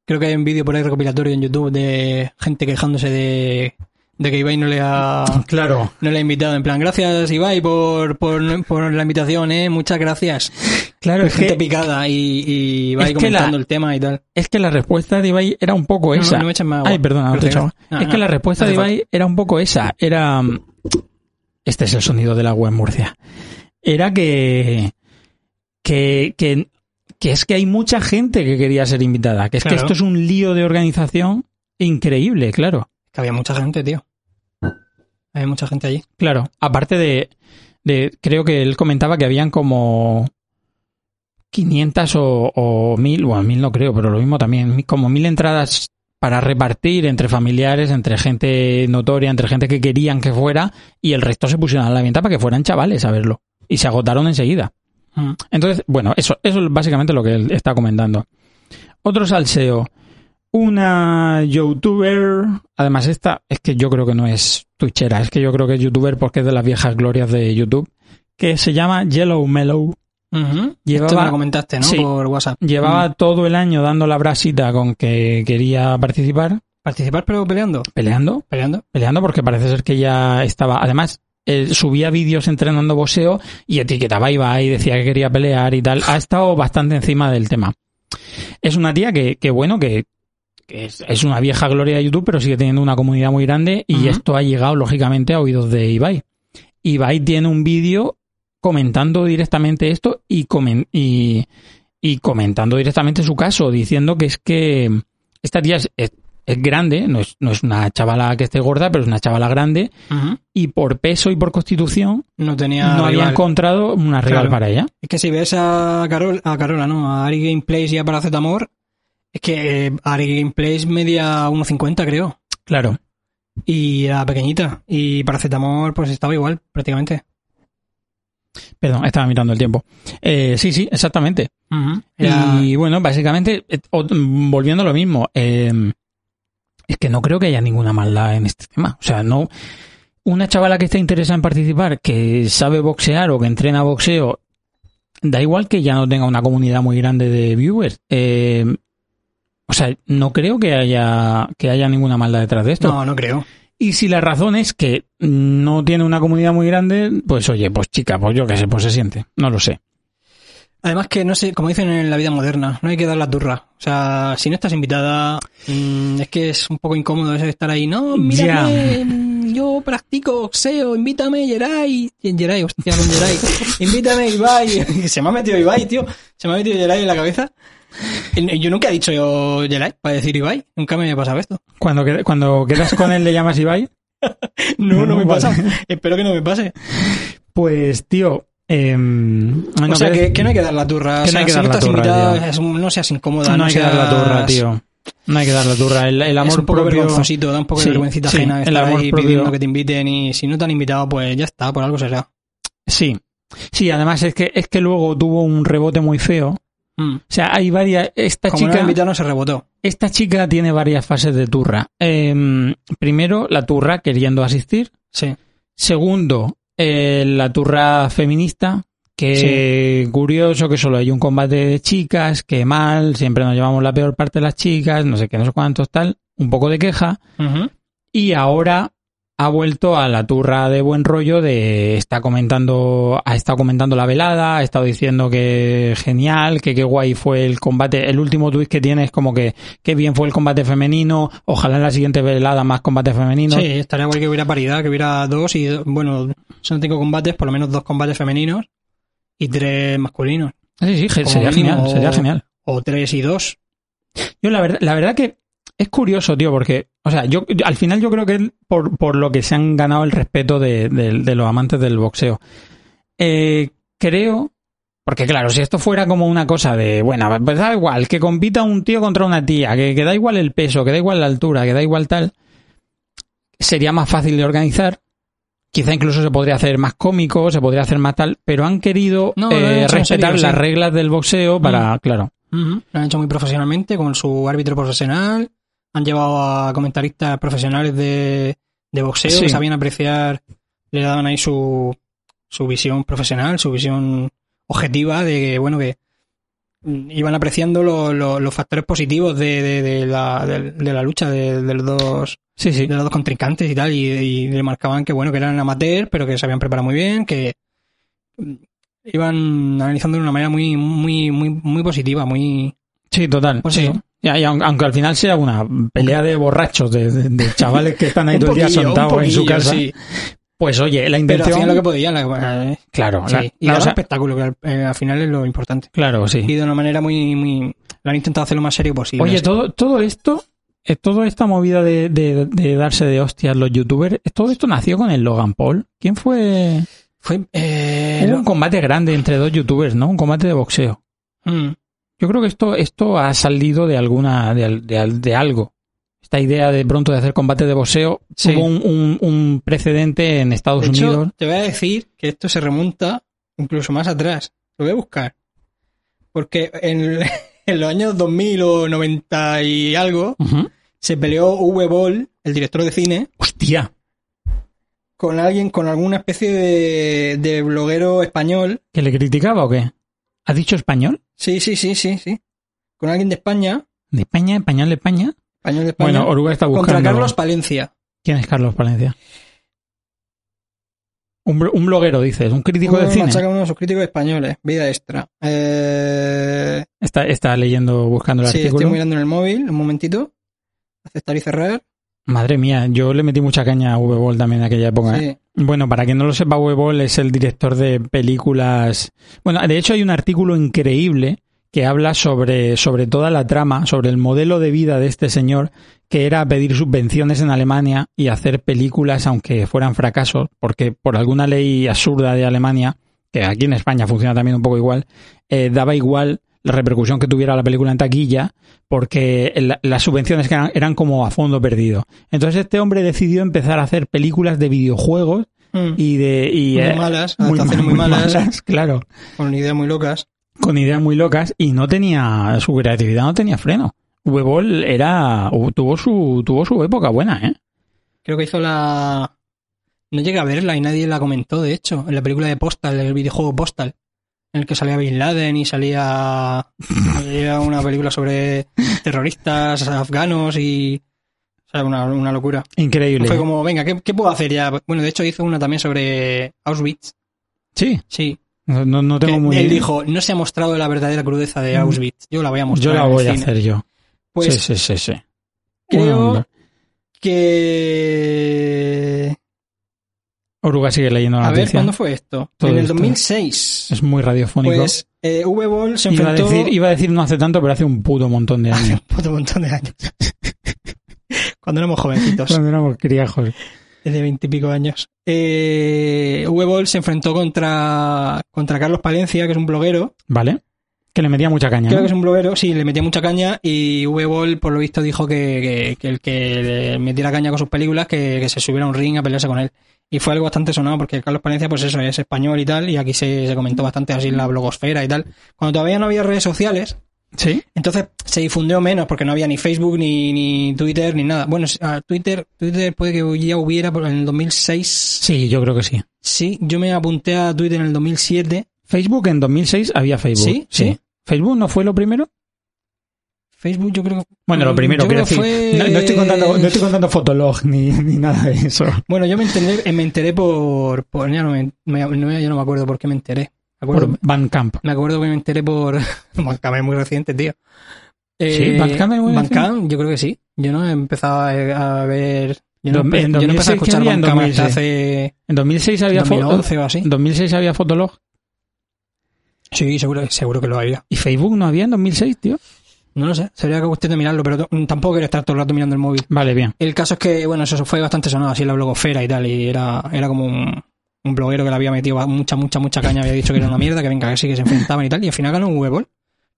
Creo que hay un vídeo por ahí recopilatorio en YouTube de gente quejándose de, de que Ibai no le ha.
Claro.
No le ha invitado, en plan, gracias Ibai por, por, por la invitación, eh, muchas gracias.
Claro, es
gente
que,
picada y, y
Es
Ibai
que
comentando
la-
el tema y tal. Pues,
es que la respuesta de Ibai era un poco
No,
esa.
no, no me echen más agua.
Ay, perdona, no te he
Gracias.
echado.
Ah,
Es que
ah,
la respuesta
no
de
hace
Ibai era un poco esa. Era. mm, Este es el sonido del agua en Murcia. Era que. Que, que, que es que hay mucha gente que quería ser invitada. Que es que
Claro.
esto es un lío de organización increíble, claro.
Que había mucha gente, tío. Había mucha gente allí.
Claro. Aparte de. de creo que él comentaba que habían como. 500 o, o 1000, bueno, 1000 no creo, pero lo mismo también, como 1000 entradas para repartir entre familiares, entre gente notoria, entre gente que querían que fuera, y el resto se pusieron a la venta para que fueran chavales a verlo. Y se agotaron enseguida.
Mm.
Entonces, bueno, eso, eso es básicamente lo que él está comentando. Otro salseo. Una youtuber. Además, esta es que yo creo que no es twitchera, es que yo creo que es youtuber porque es de las viejas glorias de YouTube. Que se llama Yellow Mellow.
Ujú. Esto me
Llevaba
lo Mm. comentaste, ¿no?
Sí.
Por WhatsApp.
Llevaba todo el año dando la brasita con que quería participar,
¿Participar pero peleando?
peleando,
¿Peleando?
peleando, porque parece ser que ya estaba. Además, eh, subía vídeos entrenando boxeo y etiquetaba a Ibai, decía que quería pelear y tal. Ha estado bastante encima del tema. Es una tía que, que bueno, que, que es, es una vieja gloria de YouTube, pero sigue teniendo una comunidad muy grande y
Ujú.
esto ha llegado, lógicamente, a oídos de Ibai. Ibai tiene un vídeo comentando directamente esto y, comen- y, y comentando directamente su caso, diciendo que es que esta tía es, es- es grande, no es, no es una chavala que esté gorda, pero es una chavala grande y por peso y por constitución
No tenía.
no había
rival.
encontrado una rival
Claro.
para ella.
Es que si ves a Carol, a Carola, ¿no? A Ari Gameplays y a Paracetamor, es que eh, Ari Gameplays media 1.50, creo.
Claro.
Y era pequeñita. Y Paracetamor, pues estaba igual, prácticamente.
Perdón, estaba mirando el tiempo. Eh, sí, sí, exactamente.
Era-
Y bueno, básicamente, eh, o- volviendo a lo mismo, eh, es que no creo que haya ninguna maldad en este tema. O sea, no. Una chavala que está interesada en participar, que sabe boxear o que entrena boxeo, da igual que ya no tenga una comunidad muy grande de viewers. Eh, o sea, no creo que haya, que haya ninguna maldad detrás de esto.
No, no creo.
Y si la razón es que no tiene una comunidad muy grande, pues oye, pues chica, pues yo qué sé, pues se siente. No lo sé.
Además que, no sé, como dicen en la vida moderna, no hay que dar la turra. O sea, si no estás invitada, mm, es que es un poco incómodo eso de estar ahí. No, mírame, mm, yo practico boxeo, invítame, Geray. Geray, hostia, con
[LAUGHS]
Geray. invítame, Ibai. [LAUGHS] Se me ha metido Ibai, tío. Se me ha metido Geray en la cabeza. Eh, Yo nunca he dicho yo Geray para decir Ibai. Nunca me ha pasado esto.
Cuando, qued- cuando quedas con él le llamas Ibai.
No, [LAUGHS] no me
Vale.
pasa. Espero que no me pase.
[LAUGHS] Pues, tío. em,
o
no,
sea,
pero es-
que, que no hay que dar la turra.
Que
o sea,
no hay que
si
dar
no
la
estás
turra,
invitada,
tío.
es un- no seas incómoda.
no hay que dar la
seas-
turra, tío. No hay que dar la turra. El, el amor
es un poco
propio.
vergonzosito, da un poco
Sí,
de vergüencita
sí,
ajena
el
estar
amor
ahí
propio.
pidiendo que te inviten y si no te han invitado, pues ya está, por algo será.
Sí. Sí, además es que, es que luego tuvo un rebote muy feo. O
Mm.
sea, hay varias. Esta
Como no
chica.
me invitaron, se rebotó.
Esta chica tiene varias fases de turra. Em, primero, la turra queriendo asistir.
Sí.
Segundo, eh, la turra feminista. Que curioso que solo hay un combate de chicas, que mal, siempre nos llevamos la peor parte de las chicas, no sé qué, no sé cuántos, tal. Un poco de queja.
Ujú.
Y ahora ha vuelto a la turra de buen rollo de está comentando, ha estado comentando la velada, ha estado diciendo que genial, que qué guay fue el combate. El último tuit que tiene es como que qué bien fue el combate femenino, ojalá en la siguiente velada más combate femenino.
Sí, estaría guay que hubiera paridad, que hubiera dos y, bueno, son cinco combates, por lo menos dos combates femeninos y tres masculinos.
sí, sí, ge-
Como
sería
mínimo-
genial, sería genial.
O tres y dos.
Yo la verdad, la verdad que es curioso, tío, porque, o sea, yo al final yo creo que es por, por lo que se han ganado el respeto de, de- de los amantes del boxeo. Eh, creo, porque claro, si esto fuera como una cosa de, bueno, pues da igual, que compita un tío contra una tía, que, que da igual el peso, que da igual la altura, que da igual tal, sería más fácil de organizar. Quizá incluso se podría hacer más cómico, se podría hacer más tal, pero han querido
No, lo han
eh,
hecho en serio,
respetar
sí. Mm.
las reglas del boxeo para, claro.
Lo han hecho muy profesionalmente, con su árbitro profesional. Han llevado a comentaristas profesionales de, de boxeo
Sí.
que sabían apreciar, le daban ahí su, su visión profesional, su visión objetiva de que, bueno, que mm, iban apreciando lo- lo- los factores positivos de, de- de la, de- de la lucha de, de los dos,
Sí, sí.
de los dos contrincantes y tal, y, y le marcaban que, bueno, que eran amateurs, pero que se habían preparado muy bien, que mm, iban analizando de una manera muy, muy, muy, muy positiva, muy,
Sí, total.
Pues
sí.
eso.
Y- y aun- aunque al final sea una pelea de borrachos, de, de- de chavales que están ahí
Un
todo el día
poquillo, un
sentados en su
poquillo,
casa,
sí.
pues oye, la
Pero
intención...
hacían lo que podían. la- eh,
Claro,
sí.
la-
Y
la-
daba
o sea,
espectáculo, que al, eh, al final es lo importante.
claro, sí.
Y de una manera muy... muy lo han intentado hacer lo más serio posible.
Oye,
así.
todo, todo esto, eh, toda esta movida de, de- de darse de hostias los youtubers, eh, todo esto nació con el Logan Paul. ¿Quién fue?
Fue, eh,
Hubo
lo-
un combate grande entre dos youtubers, ¿no? Un combate de boxeo.
Mm,
Yo creo que esto, esto ha salido de alguna, de, al- de al- de algo. Esta idea de pronto de hacer combate de boxeo
Sí.
tuvo un, un- un precedente en Estados
De hecho,
Unidos.
te voy a decir que esto se remonta incluso más atrás. Lo voy a buscar. Porque en, [LAUGHS] en los años 2000 o 90 y algo
Ujú.
se peleó V. Ball, el director de cine,
Hostia.
con alguien, con alguna especie de, de bloguero español
¿Que le criticaba o qué? ¿Ha dicho español?
Sí, sí, sí, sí, sí. Con alguien de España,
¿De España? ¿Español de España?
español de España,
Bueno, Oruga está buscando.
contra Carlos Palencia.
¿Quién es Carlos Palencia? Un, bro- un bloguero, dices. Un crítico de
Uno
cine.
machaca a uno de sus críticos españoles, vida extra. Eh,
Está, está leyendo, buscando el
sí, estoy
artículo.
mirando en el móvil, un momentito. Aceptar y cerrar.
Madre mía, yo le metí mucha caña a V-Ball también en aquella época. ¿eh?
Sí.
Bueno, para quien no lo sepa, Webol es el director de películas. Bueno, de hecho hay un artículo increíble que habla sobre, sobre toda la trama, sobre el modelo de vida de este señor, que era pedir subvenciones en Alemania y hacer películas aunque fueran fracasos, porque por alguna ley absurda de Alemania, que aquí en España funciona también un poco igual, eh, daba igual la repercusión que tuviera la película en taquilla, porque la- las subvenciones que eran, eran como a fondo perdido. Entonces este hombre decidió empezar a hacer películas de videojuegos
Mm.
y de y,
muy
eh,
malas,
muy ma-
adaptaciones muy,
muy
malas,
malas, [LAUGHS] claro
con ideas muy locas.
con ideas muy locas y no tenía su creatividad no tenía freno Webol era tuvo su tuvo su época buena eh
Creo que hizo la... No llegué a verla y nadie la comentó, de hecho, en la película de Postal, el videojuego Postal, en el que salía Bin Laden y salía... Era una película sobre terroristas afganos y... O sea, una, una locura.
increíble
Fue como, venga, ¿qué, qué puedo hacer ya? Bueno, de hecho hizo una también sobre Auschwitz,
sí
sí.
No, no- no tengo
Que
muy
él
bien. Mm.
dijo, no se ha mostrado la verdadera crudeza de Auschwitz. Yo la voy a
yo
mostrar.
la
en el
voy a
cine".
hacer yo.
Pues
sí, sí, sí, sí. Una
creo
onda.
que...
Oruga sigue leyendo la
A ver,
noticia.
¿cuándo fue esto?
Todo
en el
esto.
2006.
Es muy radiofónico.
Pues eh, V-Ball se
iba, a
enfrentó...
decir, iba a decir no hace tanto, pero hace un puto montón de
[LAUGHS] Hace
años.
un puto montón de años. [LAUGHS] Cuando éramos jovencitos,
Cuando éramos criajos.
de veintipico años. Eh, V-Ball se enfrentó contra, contra Carlos Palencia, que es un bloguero,
¿Vale? Que le metía mucha caña.
Creo
¿no?
que es un bloguero, sí, le metía mucha caña y V-Ball, por lo visto, dijo que, que- que el que le metiera caña con sus películas, que, que se subiera a un ring a pelearse con él. Y fue algo bastante sonado porque Carlos Palencia, pues eso, es español y tal, y aquí se, se comentó bastante así en la blogosfera y tal. Cuando todavía no había redes sociales,
Sí.
entonces se difundió menos porque no había ni Facebook, ni, ni Twitter, ni nada. Bueno, a Twitter, Twitter puede que ya hubiera pero en el 2006.
Sí, yo creo que sí.
Sí, yo me apunté a Twitter en el 2007.
Facebook en 2006 había Facebook.
¿Sí? ¿Sí?
¿Facebook no fue lo primero?
Facebook yo creo que...
Bueno, lo primero,
yo
quiero decir.
creo que
No,
fue-
no estoy contando, no estoy contando Fotolog ni, ni nada de eso.
Bueno, yo me enteré, eh, me enteré por, por- ya, no me, me- no- ya no me acuerdo por qué me enteré. Me acuerdo,
Por Bandcamp.
me acuerdo que me enteré por [LAUGHS] Bandcamp es muy reciente, tío.
Sí, Bandcamp es muy reciente.
Bandcamp, yo creo que sí. Yo no empezaba a a ver, yo no,
Dos-
empe-
en
yo no
2006,
empecé a
¿qué
escuchar
había en
Bandcamp hasta
2006?
hace
En 2006 había fo-
2011 o así.
en 2006 había Fotolog.
Sí, seguro, seguro que lo había.
¿Y Facebook no había en 2006, tío?
No lo sé, sería que cuestión de mirarlo, pero to- tampoco quería estar todo el rato mirando el móvil.
Vale, bien.
El caso es que, bueno, eso fue bastante sonado así en la blogosfera y tal, y era, era como un, un bloguero que le había metido ba- mucha, mucha, mucha caña, había dicho que era una mierda, que venga, que sí, que se enfrentaban y tal, y al final ganó un huevón.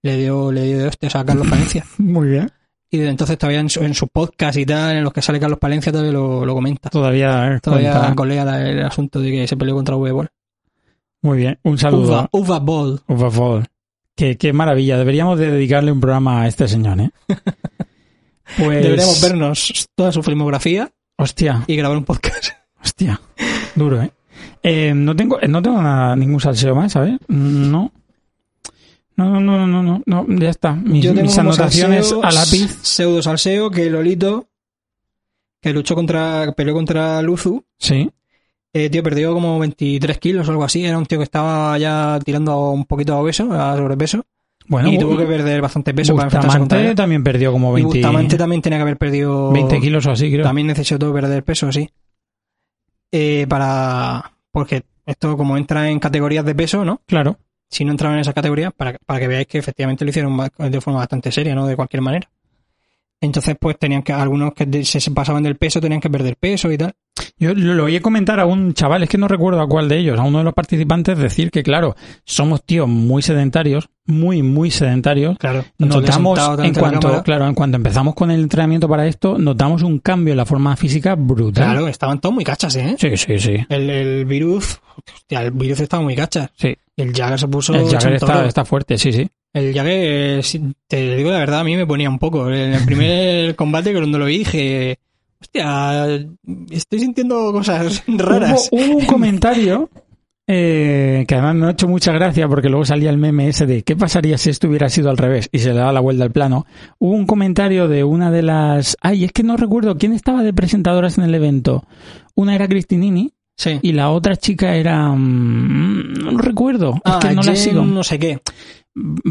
Le dio, le dio de hostias a Carlos Palencia.
Muy bien.
Y desde entonces todavía en su, en su podcast y tal, en los que sale Carlos Palencia, todavía lo, lo comenta.
Todavía, eh,
Todavía
cuenta.
colea la- el asunto de que se peleó contra Huevol.
Muy bien. Un saludo.
Uva, Uva Ball.
Por favor. Qué, qué maravilla. Deberíamos de dedicarle un programa a este señor, [LAUGHS] ¿eh? Pues...
Deberíamos vernos toda su filmografía
Hostia,
y grabar un podcast.
hostia. Duro, ¿eh? Eh, no tengo, eh, no tengo nada- ningún salseo más, ¿sabes? No. No, no, no, no, no, no, ya está. Mis, mis
como
anotaciones
salseo,
a lápiz.
Pseudo salseo que Lolito, que luchó contra, peleó contra Luzu,
Sí.
eh, tío, perdió como 23 kilos o algo así. Era un tío que estaba ya tirando a un poquito a obeso, a sobrepeso.
Bueno,
y tuvo que perder bastante peso para enfrentarse contra
Bustamante
él.
también perdió como
Y
20,
Bustamante también tenía que haber perdido.
20 kilos o así, creo.
También necesitó perder peso, sí. Eh, para. Porque esto, como entra en categorías de peso, ¿no?
Claro.
si no entraban en esa categoría, para, para que veáis que efectivamente lo hicieron ba- de forma bastante seria, ¿no? De cualquier manera. Entonces, pues tenían que, algunos que de- se se pasaban del peso tenían que perder peso y tal.
Yo lo, lo oí comentar a un chaval, es que no recuerdo a cuál de ellos, a uno de los participantes decir que, claro, somos tíos muy sedentarios, muy, muy sedentarios,
Claro.
notamos en cuanto claro en cuanto empezamos con el entrenamiento para esto notamos un cambio en la forma física brutal
Claro, estaban todos muy cachas, ¿eh?
sí sí sí
El, el virus, hostia, el virus estaba muy cachas.
sí
El Jagger se puso.
el Jagger
chantoro.
está, está fuerte sí sí
El Jagger, eh, si- te digo la verdad, a mí me ponía un poco. En el
[LAUGHS]
primer combate, cuando lo vi, dije. Hostia, estoy sintiendo cosas raras.
Hubo, hubo un comentario eh, que además me ha hecho mucha gracia porque luego salía el meme ese de ¿qué pasaría si esto hubiera sido al revés? Y se le da la vuelta al plano. Hubo un comentario de una de las... Ay, es que no recuerdo quién estaba de presentadoras en el evento. Una era Cristinini
Sí.
y la otra chica era... mm, No lo recuerdo.
Ah,
es que no la
Jen
sigo.
no sé qué.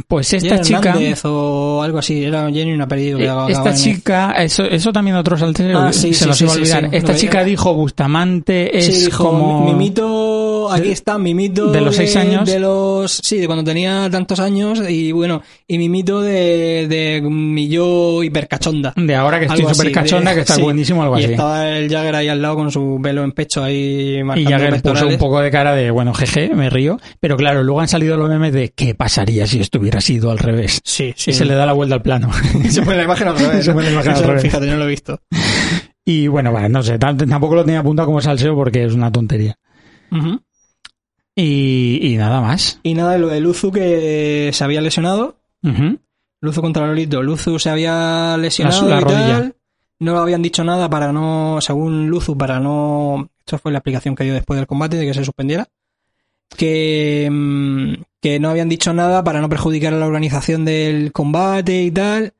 Pues esta
Jenny
chica...
Hernández o algo así, era Jenny un apellido que
Eh,
acababa
Esta
en- E.
chica, eso, eso también otros salteros
Ah, sí,
se
sí,
los
sí,
iba a
sí,
olvidar.
sí,
Esta
lo
chica
veía.
dijo Bustamante es
Sí, dijo,
como
Mimito, aquí está Mimito
de los seis años.
de los sí, de cuando tenía tantos años y bueno, y Mimito de de mi yo hipercachonda.
de ahora que estoy
Algo así,
súper cachonda,
de-
que está
sí.
buenísimo algo
y
así.
estaba el Jagger ahí al lado con su pelo en pecho ahí
Y
marcando
Jagger puso
pectorales.
un poco de cara de, bueno, jeje, me río. Pero claro, luego han salido los memes de ¿qué pasaría si esto hubiera sido al revés?
Sí, sí.
Y se le
[LAUGHS]
da la vuelta al plano. [LAUGHS]
se pone la imagen al revés.
Se pone la imagen al
Eso,
revés.
Fíjate, no lo he visto.
y bueno, vale, no sé, tam- tampoco lo tenía apuntado como salseo porque es una tontería.
Ujú.
Y, y nada más.
Y nada, lo de Luzu que se había lesionado
Ujú.
Luzu contra Lolito. Luzu se había lesionado
La- la
y
rodilla.
tal. No habían dicho nada para no, según Luzu, para no. Esto fue la explicación que dio después del combate de que se suspendiera. Que, mm, que no habían dicho nada para no perjudicar a la organización del combate y tal.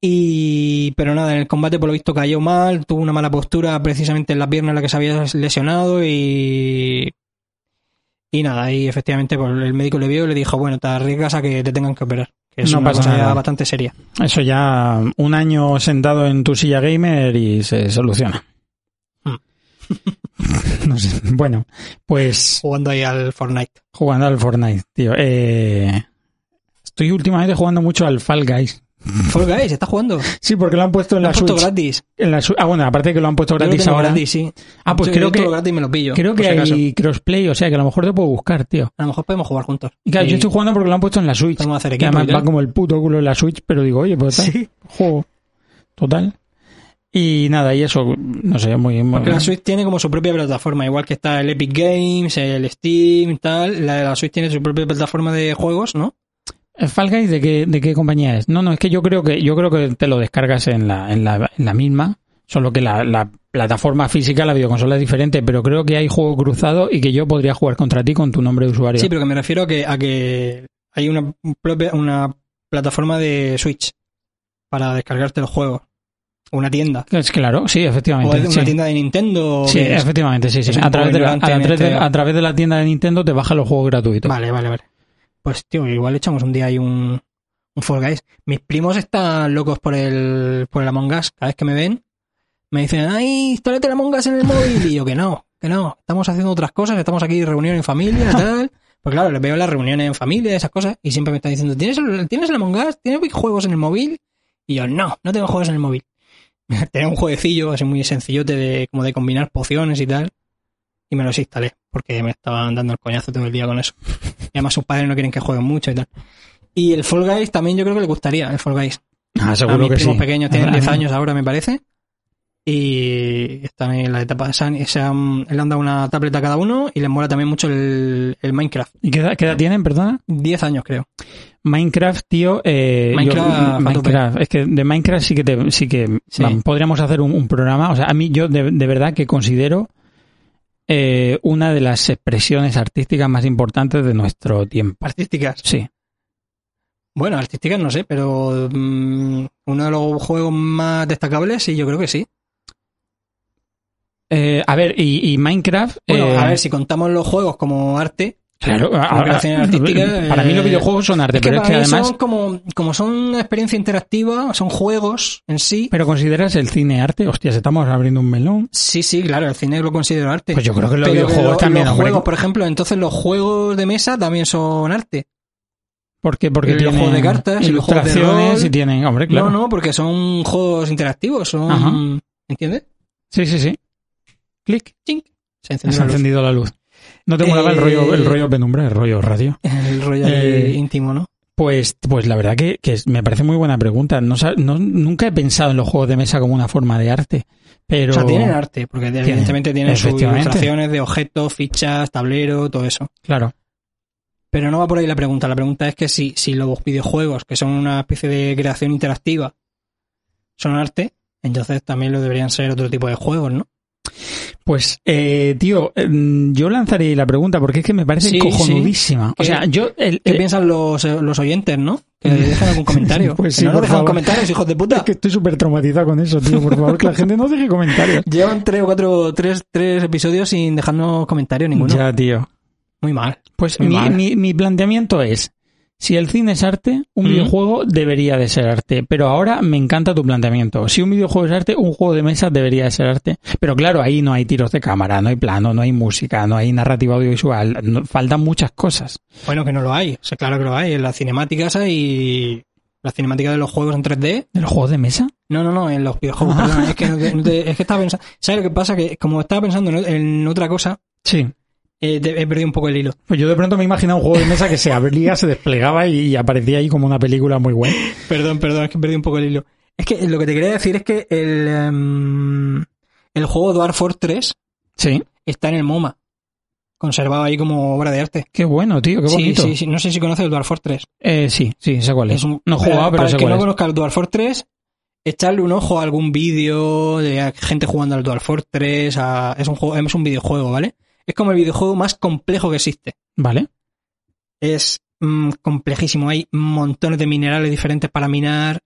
Y, pero nada, en el combate por lo visto cayó mal, tuvo una mala postura precisamente en la pierna en la que se había lesionado y, Y nada, y efectivamente pues, el médico le vio y le dijo, bueno, te arriesgas a que te tengan que operar. Que es
No
una
pasa
cosa
nada.
bastante seria.
Eso ya un año sentado en tu silla gamer y se soluciona.
Ah.
[LAUGHS] No sé. Bueno, pues
Jugando ahí al Fortnite.
jugando al Fortnite, tío. Eh, estoy últimamente jugando mucho al Fall Guys.
Fall Guys, está jugando.
Sí, porque lo han puesto en
Lo
la
han puesto
Switch.
gratis.
en la Switch- ah, bueno, aparte de que lo han puesto
Yo lo
gratis
tengo
ahora.
gratis, sí.
Ah, pues
Yo
creo
lo tengo
que
gratis y me lo pillo.
creo
por
que
si acaso.
hay crossplay, o sea que a lo mejor te puedo buscar, tío.
A lo mejor podemos jugar juntos.
Y claro,
Y
yo estoy jugando porque lo han puesto en la Switch.
podemos hacer
Que
equipo.
además
y tal.
va como el puto culo en la Switch, pero digo, oye, pues tal,
Sí,
juego. Total. Y nada, y eso, no sé, muy... muy
porque la Switch tiene como su propia plataforma, igual que está el Epic Games, el Steam, tal. La, la Switch tiene su propia plataforma de juegos, ¿no?
¿El Eh, Fall Guys de qué, de qué compañía es? No, no, es que yo creo que yo creo que te lo descargas en la, en la, en la misma, solo que la, la plataforma física, la videoconsola es diferente, pero creo que hay juego cruzado y que yo podría jugar contra ti con tu nombre de usuario.
Sí, pero que me refiero a que, a que hay una propia una plataforma de Switch para descargarte los juegos. Una tienda.
Es claro, sí,
O
efectivamente.
una
sí.
tienda de Nintendo. o
Sí,
que es-
efectivamente, sí, sí.
es un
A través, de la,
poco ignorante
a través de-
en este-
a través de la tienda de Nintendo te baja los juegos gratuitos.
Vale, vale, vale. Pues tío, igual echamos un día ahí un, un Fall Guys. Mis primos están locos por el, por el Among Us. Cada vez que me ven, me dicen, ay, instálate el Among Us en el móvil. Y yo, que no, que no. Estamos haciendo otras cosas, estamos aquí reunión en familia, tal. Pues claro, les veo las reuniones en familia, esas cosas, y siempre me están diciendo, ¿tienes el, ¿tienes el Among Us? ¿Tienes juegos en el móvil? Y yo, no, no tengo juegos en el móvil. [LAUGHS] Tenía un jueguecillo así muy sencillote de como de combinar pociones y tal. Y me los instalé, porque me estaban dando el coñazo todo el día con eso. Y además sus padres no quieren que jueguen mucho y tal. Y el Fall Guys también yo creo que le gustaría, el Fall Guys.
Ah,
a mis
seguro que sí.
primos pequeños tienen
A- a
10
mí-
años ahora, me parece. Y están en la etapa... Se han, se han- le han dado una tableta a cada uno y les mola también mucho el, el Minecraft.
¿Y qué edad, qué edad tienen, perdona?
10 años creo.
Minecraft, tío. Eh, yo-
Minecraft,
mm,
a tope.
Minecraft. Es que de Minecraft sí que te- sí que
Sí.
vamos, podríamos hacer un, un programa. O sea, a mí yo de, de verdad que considero eh, una de las expresiones artísticas más importantes de nuestro tiempo.
Artísticas.
Sí.
Bueno, artísticas no sé, pero mm, uno de los juegos más destacables sí, yo creo que sí.
Eh, a ver, y, y Minecraft.
Bueno,
eh,
a ver, si contamos los juegos como arte,
claro,
como
ahora-
creación artística,
[LAUGHS] para mí
eh,
los videojuegos son arte,
es que
pero es
para
que
mí
además.
son como, como son una experiencia interactiva, son juegos en sí.
Pero consideras el cine arte. Hostias, estamos abriendo un melón.
Sí, sí, claro, el cine lo considero arte.
Pues yo creo que los
Pero
videojuegos
lo-
también,
Los
hombre.
juegos, por ejemplo, entonces los juegos de mesa también son arte.
Porque, porque
Y los
tienen
juegos de cartas, y los juegos de
ilustraciones
rol.
y tienen. Hombre, claro.
No, no, porque son juegos interactivos, son,
Ajá.
¿entiendes?
Sí, sí, sí. Clic.
Chink. Se
Se
encendió
ha
la luz.
encendido la luz. No te
Eh,
molaba el rollo, el rollo penumbra, el rollo radio.
[LAUGHS] el rollo
Eh,
ahí íntimo, ¿no?
Pues, pues la verdad que, que es- me parece muy buena pregunta. No, sa- no- nunca he pensado en los juegos de mesa como una forma de arte. Pero.
O sea, tienen arte, porque evidentemente tienen sus
efectivamente.
ilustraciones de objetos, fichas, tablero, todo eso.
Claro.
Pero no va por ahí la pregunta. La pregunta es que si, si los videojuegos, que son una especie de creación interactiva, son arte, entonces también lo deberían ser otro tipo de juegos, ¿no?
Pues, eh, tío, eh, yo lanzaré la pregunta porque es que me parece
Sí,
cojonudísima. O
¿Qué-
sea, yo. el-
¿Qué
el-
piensan los, eh, los oyentes, no? [LAUGHS] Que dejen algún comentario. [LAUGHS]
Pues
Que
sí,
no nos
por
dejan
favor.
comentarios, hijos de [LAUGHS]
es
puta.
que estoy súper traumatizado con eso, tío. Por favor, que la gente no deje [LAUGHS] comentarios.
Llevan tres o cuatro, tres, tres episodios sin dejarnos comentarios ninguno.
Ya, tío.
Muy mal.
Pues
Muy
mi,
mal.
mi- mi planteamiento es, si el cine es arte, un
Ujú.
videojuego debería de ser arte. Pero ahora me encanta tu planteamiento. Si un videojuego es arte, un juego de mesa debería de ser arte. Pero claro, ahí no hay tiros de cámara, no hay plano, no hay música, no hay narrativa audiovisual, no- faltan muchas cosas.
Bueno, que no lo hay. O sea, claro que lo hay. En las cinemáticas hay... La cinemática de los juegos en 3D
¿De los juegos de mesa?
No, no, no, en los videojuegos, perdón, es que, no te- no te- es que estaba pensando... ¿Sabes lo que pasa? Que como estaba pensando en, en otra cosa,
Sí.
eh, te- he perdido un poco el hilo.
Pues yo de pronto me he imaginado un juego de mesa que se abría, se desplegaba y, y aparecía ahí como una película muy buena.
Perdón, perdón, es que perdí un poco el hilo. Es que lo que te quería decir es que el, em, el juego Dwarf Force 3
Sí.
está en el MoMA, conservado ahí como obra de arte.
Qué bueno, tío, qué
Sí,
bonito.
sí, sí, no sé si conoces el Dwarf Force 3.
Eh, sí, sí, sé cuál es.
Es un-
no he jugado, pero
para
sé
el que
cuál
no
es.
conozca el Dual Force 3, echarle un ojo a algún vídeo de gente jugando al Dual Force 3. a- es, un juego, es un videojuego, ¿vale? Es como el videojuego más complejo que existe.
Vale.
Es mm, complejísimo. Hay montones de minerales diferentes para minar.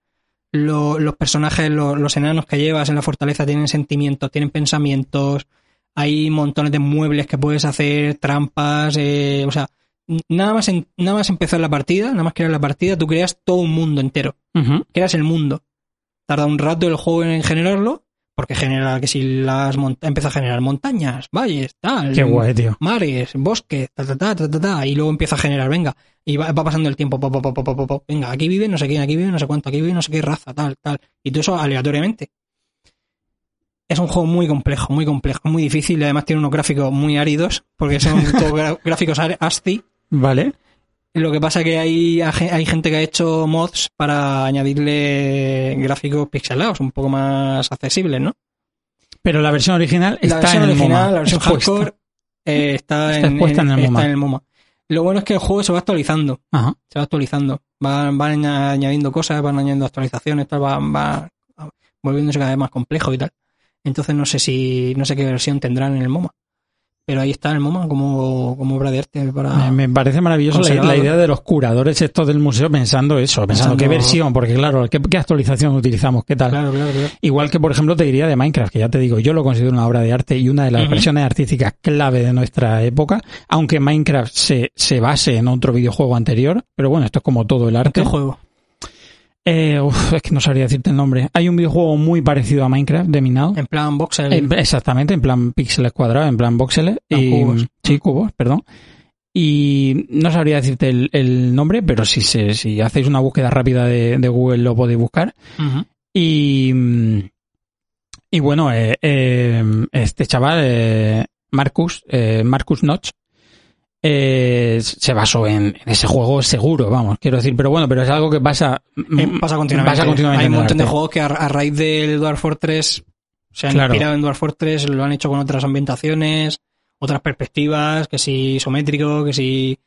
Lo- los personajes, lo- los enanos que llevas en la fortaleza tienen sentimientos, tienen pensamientos. hay montones de muebles que puedes hacer, trampas, eh, o sea, n- nada más, en- nada más empezar la partida, nada más crear la partida, tú creas todo un mundo entero,
Ujú.
creas el mundo. Tarda un rato el juego en generarlo, porque genera que si las mont- empieza a generar montañas, valles, tal,
Qué guay, tío.
mares, bosques, ta ta ta ta ta, ta, y luego empieza a generar, venga, y va, va pasando el tiempo, po, po, po, po, po, po, po, venga, aquí vive no sé quién, aquí vive no sé cuánto, aquí vive no sé qué raza, tal, tal, y todo eso aleatoriamente. Es un juego muy complejo, muy complejo, muy difícil, y además tiene unos gráficos muy áridos, porque son todos gra- gráficos ar- ASCII.
Vale.
Lo que pasa que hay, hay gente que ha hecho mods para añadirle gráficos pixelados, un poco más accesibles, ¿no?
Pero la versión original
la
está
versión
en el
original,
MoMA,
la versión
expuesta.
hardcore, eh, está,
Está
en,
expuesta en el
está
MoMA.
en el MoMA. Lo bueno es que el juego se va actualizando,
Ajá.
se va actualizando. Van, van aña- añadiendo cosas, van añadiendo actualizaciones, tal, va, va volviéndose cada vez más complejo y tal. Entonces no sé si, no sé qué versión tendrán en el MoMA. Pero ahí está en el MoMA como, como obra de arte para...
Me, me parece maravilloso la,
Ah. Conservado.
la idea de los curadores estos del museo pensando eso, pensando,
Pensando-
qué versión, porque claro, ¿qué, qué actualización utilizamos, qué tal.
Claro, claro, claro.
Igual que, por ejemplo, te diría de Minecraft, que ya te digo, yo lo considero una obra de arte y una de las
Ujú.
versiones artísticas clave de nuestra época, aunque Minecraft se, se base en otro videojuego anterior, pero bueno, esto es como todo el
¿Qué
arte.
juego?
Eh, uf, es que no sabría decirte el nombre. Hay un videojuego muy parecido a Minecraft, de Minado.
En plan boxer.
En- Eh, exactamente, en plan píxeles cuadrados, en plan voxeles.
No,
y,
cubos.
Sí, cubos, perdón. Y no sabría decirte el, el nombre, pero si, se, si hacéis una búsqueda rápida de, de Google lo podéis buscar.
Ujú.
Y, mm, y bueno, eh, eh, este chaval, eh, Marcus, eh, Marcus Notch, eh, se basó en, en ese juego seguro, vamos, quiero decir. Pero bueno, pero es algo que pasa...
Eh,
mm,
pasa continuamente.
pasa continuamente
Hay
en
un
el
montón de
arte.
juegos que a, a raíz del Dwarf Fortress se han
Claro.
inspirado en Dwarf Fortress, lo han hecho con otras ambientaciones, otras perspectivas, que si isométrico, que si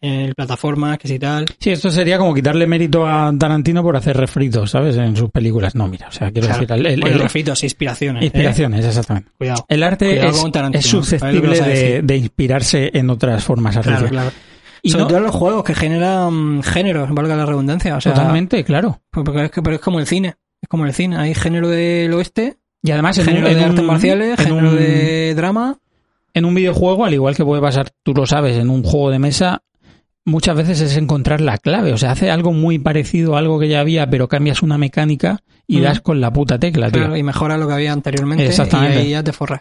eh, plataformas, que si tal.
Sí, esto sería como quitarle mérito a Tarantino por hacer refritos, ¿sabes? En sus películas. No, mira, o sea, quiero
Claro.
decir, el- el-
bueno,
el-
refitos, inspiraciones. ¿eh?
inspiraciones, exactamente.
Cuidado.
El arte
Cuidado
es,
con Tarantino,
es
a ver lo que
susceptible
vas a
de,
decir.
de inspirarse en otras formas
Claro,
artísticas.
claro.
Y
Sobre
no-
todo los juegos que generan géneros, valga la redundancia. O sea,
totalmente, claro.
pues, porque es que- pero es como el cine. Es como el cine. Hay género del oeste,
Y además, en,
género
un, en
de
un-
artes marciales,
en
género
un-
de drama.
en un videojuego, al igual que puede pasar, tú lo sabes, en un juego de mesa, muchas veces es encontrar la clave. O sea, hace algo muy parecido a algo que ya había, pero cambias una mecánica y
Mm.
das con la puta tecla, tío.
Claro, y mejora lo que había anteriormente.
Exactamente.
Y ahí ya te forras.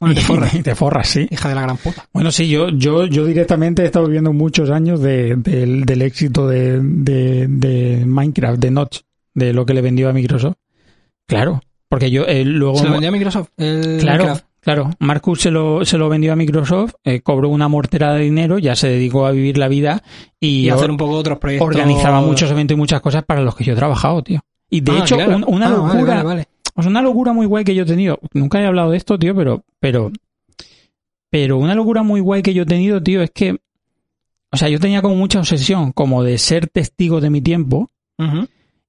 Bueno, te
[LAUGHS]
forras.
y te forras, sí.
Hija de la gran puta.
Bueno, sí, yo, yo, yo directamente he estado viviendo muchos años de- del- del éxito de, de- de Minecraft, de Notch, de lo que le vendió a Microsoft. Claro, porque yo eh, luego...
Se lo vendió a Microsoft. El
Claro,
Minecraft.
claro. Marcus se lo, se lo vendió a Microsoft, eh, cobró una mortera de dinero, ya se dedicó a vivir la vida y,
Y hacer
or-
un poco otros proyectos.
organizaba muchos eventos y muchas cosas para los que yo he trabajado, tío. Y de
Ah,
hecho,
claro.
un- una
Ah, vale,
locura,
Vale, vale.
o sea, una locura muy guay que yo he tenido. Nunca he hablado de esto, tío, pero. Pero. Pero una locura muy guay que yo he tenido, tío, es que. O sea, yo tenía como mucha obsesión, como de ser testigo de mi tiempo.
Ujú.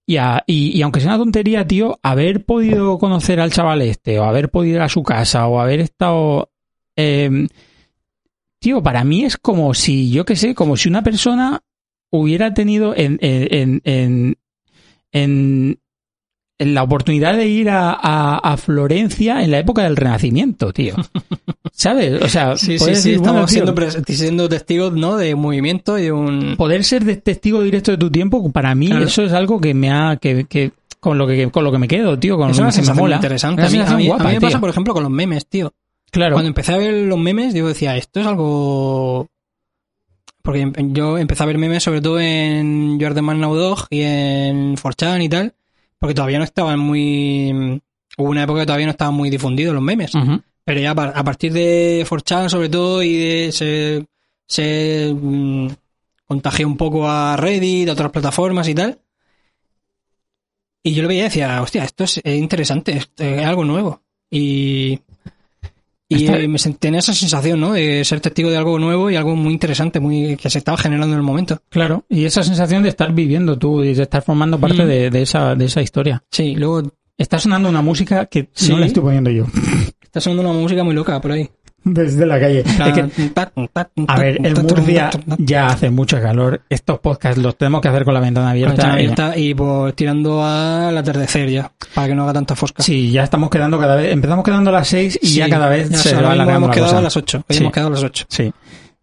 Y, a- y, y aunque sea una tontería, tío, haber podido conocer al chaval este, o haber podido ir a su casa, o haber estado. eh, tío, para mí es como si, yo qué sé, como si una persona hubiera tenido en, en, en, en, en- en la oportunidad de ir a, a- a Florencia en la época del Renacimiento,
[LAUGHS]
tío. ¿Sabes? O sea,
Sí, sí, sí.
poder decir,
estamos
bueno, tío, Pues,
siendo, pres- siendo testigos ¿no? de un movimiento y de un.
poder ser de- testigo directo de tu tiempo, para mí
Claro.
eso es algo que me ha que, que- con lo que con lo que me quedo, tío, con
es
lo que
una
me
sensación
mola.
interesante.
Una
a, mí, a
sensación
mí- a
guapa,
mí me
tío.
pasa, por ejemplo, con los memes, tío.
Claro.
Cuando empecé a ver los memes, yo decía, esto es algo. Porque em- yo empecé a ver memes sobre todo en Jordan Man Now Dog y en 4chan y tal. Porque todavía no estaban muy. Hubo una época que todavía no estaban muy difundidos los memes.
Ujú.
Pero ya par- a partir de 4chan sobre todo y de se, se mm, contagió un poco a Reddit, a otras plataformas y tal. Y yo lo veía y decía, hostia, esto es eh, interesante, esto es algo nuevo. Y, y
Está-
eh, me sen- tenía esa sensación, ¿no? De ser testigo de algo nuevo y algo muy interesante, muy que se estaba generando en el momento.
Claro, y esa sensación de estar viviendo tú y de estar formando parte
Mm.
de, de esa, de esa historia.
Sí, luego
Está sonando una música que
Sí.
no la estoy poniendo yo. [LAUGHS]
está sonando una música muy loca por ahí. mm,
desde la calle. Es que, a ver, el
en
Murcia ya hace mucho calor. Estos podcasts los tenemos que hacer con la ventana abierta. Eh,
y pues tirando al atardecer ya, para que no haga tanta fosca.
Sí, ya estamos quedando cada vez. Empezamos quedando a las 6 y
Sí,
ya cada vez
ya
se
ahora
va
mismo
alargando
Hemos
la
quedado
cosa.
a las 8.
Sí.
Hemos quedado a las 8.
Sí.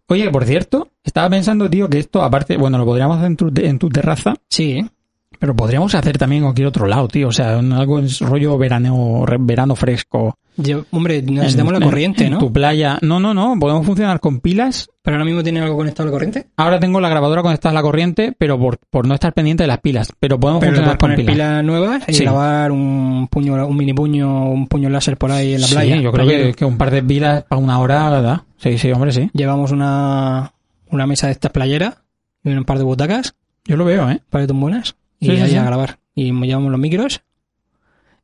Oye, por cierto, estaba pensando, tío, que esto, aparte, bueno, lo podríamos hacer en tu, en tu terraza,
Sí, ¿eh?
pero podríamos hacer también en cualquier otro lado, tío. O sea, en algo en rollo veraneo, re- verano fresco.
Yo- hombre, necesitamos
En-
la
en-
corriente,
en
¿no?
Tu playa. No, no, no. Podemos funcionar con pilas.
Pero ahora mismo tiene algo conectado a la corriente.
Ahora tengo la grabadora conectada a la corriente, pero por, por no estar pendiente de las pilas. Pero podemos
Pero le
funcionar
puedes
con
poner
pilas.
pilas nuevas y
Sí.
grabar un puño, un mini puño, un puño láser por ahí en la
Sí,
playa.
yo creo
Pero
que, que un par de pilas para una hora, la ¿verdad? Sí, sí, hombre, sí.
Llevamos una, una mesa de estas playeras y un par de butacas,
Yo lo veo, ¿eh?
un par de tumbonas y
Sí, sí,
ahí
sí.
a grabar. Y llevamos los micros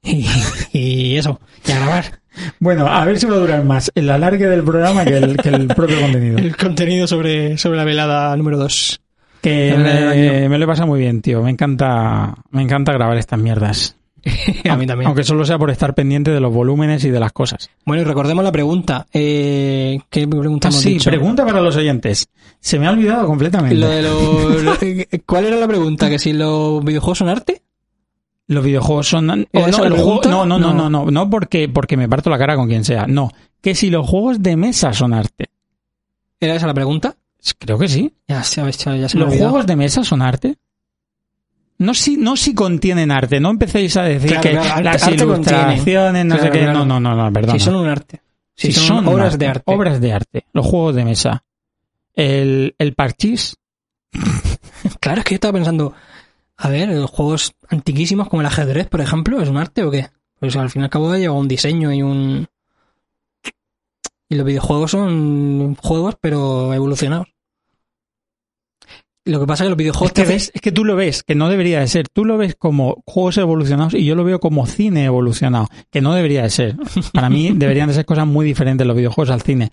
y, [LAUGHS] y eso, y a grabar.
Bueno, a ver si va a durar más el alargue del programa que el, que el propio contenido.
El contenido sobre, sobre la velada número 2.
Que
Ya me la
me,
imagino.
me lo he pasado muy bien, tío. Me encanta, me encanta grabar estas mierdas.
a mí también.
Aunque solo sea por estar pendiente de los volúmenes y de las cosas.
Bueno, y recordemos la pregunta. Eh, ¿Qué pregunta hemos
Ah, sí,
dicho?
pregunta para los oyentes. Se me ha olvidado completamente.
Lo de [LAUGHS] los- lo- eh, ¿Cuál era la pregunta? ¿Que si los videojuegos son arte?
Los videojuegos son... o
¿Era
no,
esa la
el juego-
pregunta?
no, no, no, no,
No.
no, no porque, porque me parto la cara con quien sea. No, que si los juegos de mesa son arte.
¿Era esa la pregunta?
Creo que sí.
Ya se, ya, ya se me ha
¿Los
olvidado.
juegos de mesa son arte? No si, no si contienen arte, no empecéis a decir
Claro,
que
claro, arte-
las
arte
ilustraciones, no
Claro,
sé qué.
claro.
No, no, no, no, perdón.
Si son un arte. Si, son, obras de arte.
Obras de arte, los juegos de mesa. El, el parchís,
Claro, es que yo estaba pensando, a ver, eh, juegos antiquísimos como el ajedrez, por ejemplo, ¿es un arte o qué? Pues al fin y al cabo lleva un diseño y un... Y los videojuegos son juegos, pero evolucionados. Lo que pasa es que los videojuegos
es que,
te hacen-
ves- es que tú lo ves, que no debería de ser. Tú lo ves como juegos evolucionados y yo lo veo como cine evolucionado, que no debería de ser. Para
[LAUGHS]
mí deberían de ser cosas muy diferentes los videojuegos al cine.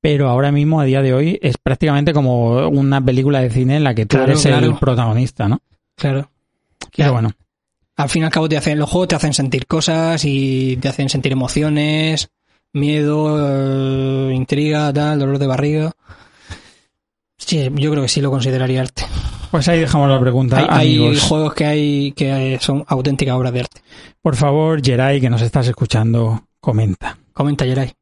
Pero ahora mismo, a día de hoy, es prácticamente como una película de cine en la que tú
Claro,
eres el
claro.
protagonista, ¿no?
Claro.
Pero bueno,
Al fin y al cabo te hacen, los juegos te hacen sentir cosas y te hacen sentir emociones, miedo, eh, intriga, tal, dolor de barriga. Sí, yo creo que sí lo consideraría arte.
pues ahí dejamos la pregunta,
Hay, hay
amigos.
juegos que hay que son auténticas obras de arte.
Por favor, Geray, que nos estás escuchando, comenta.
Comenta, Geray.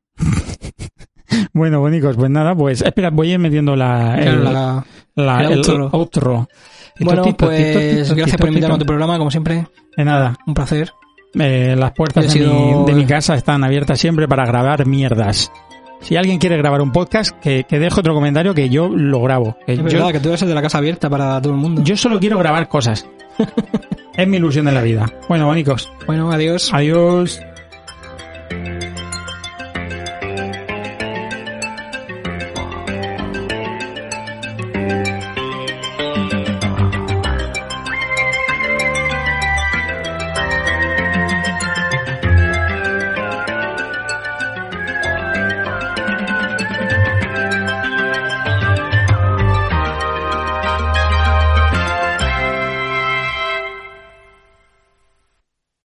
Bueno, bonicos, pues nada, pues espera, voy a ir metiendo la,
Claro,
el,
la-
la-
el
el
outro.
outro.
eh, Bueno,
Tito, tito, tito, tito,
pues
tito,
gracias por
tito.
invitarme a tu programa, como siempre.
De nada,
Un placer.
eh, las puertas
Ha
de,
sido-
mi, de mi casa están abiertas siempre para grabar mierdas. Si alguien quiere grabar un podcast, que, que deje otro comentario que yo lo grabo. Que
Es
yo,
verdad que tú eres el de la casa abierta para todo el mundo.
yo solo quiero
[LAUGHS]
grabar cosas. es mi ilusión de la vida. Bueno, bonicos,
Bueno, adiós.
adiós.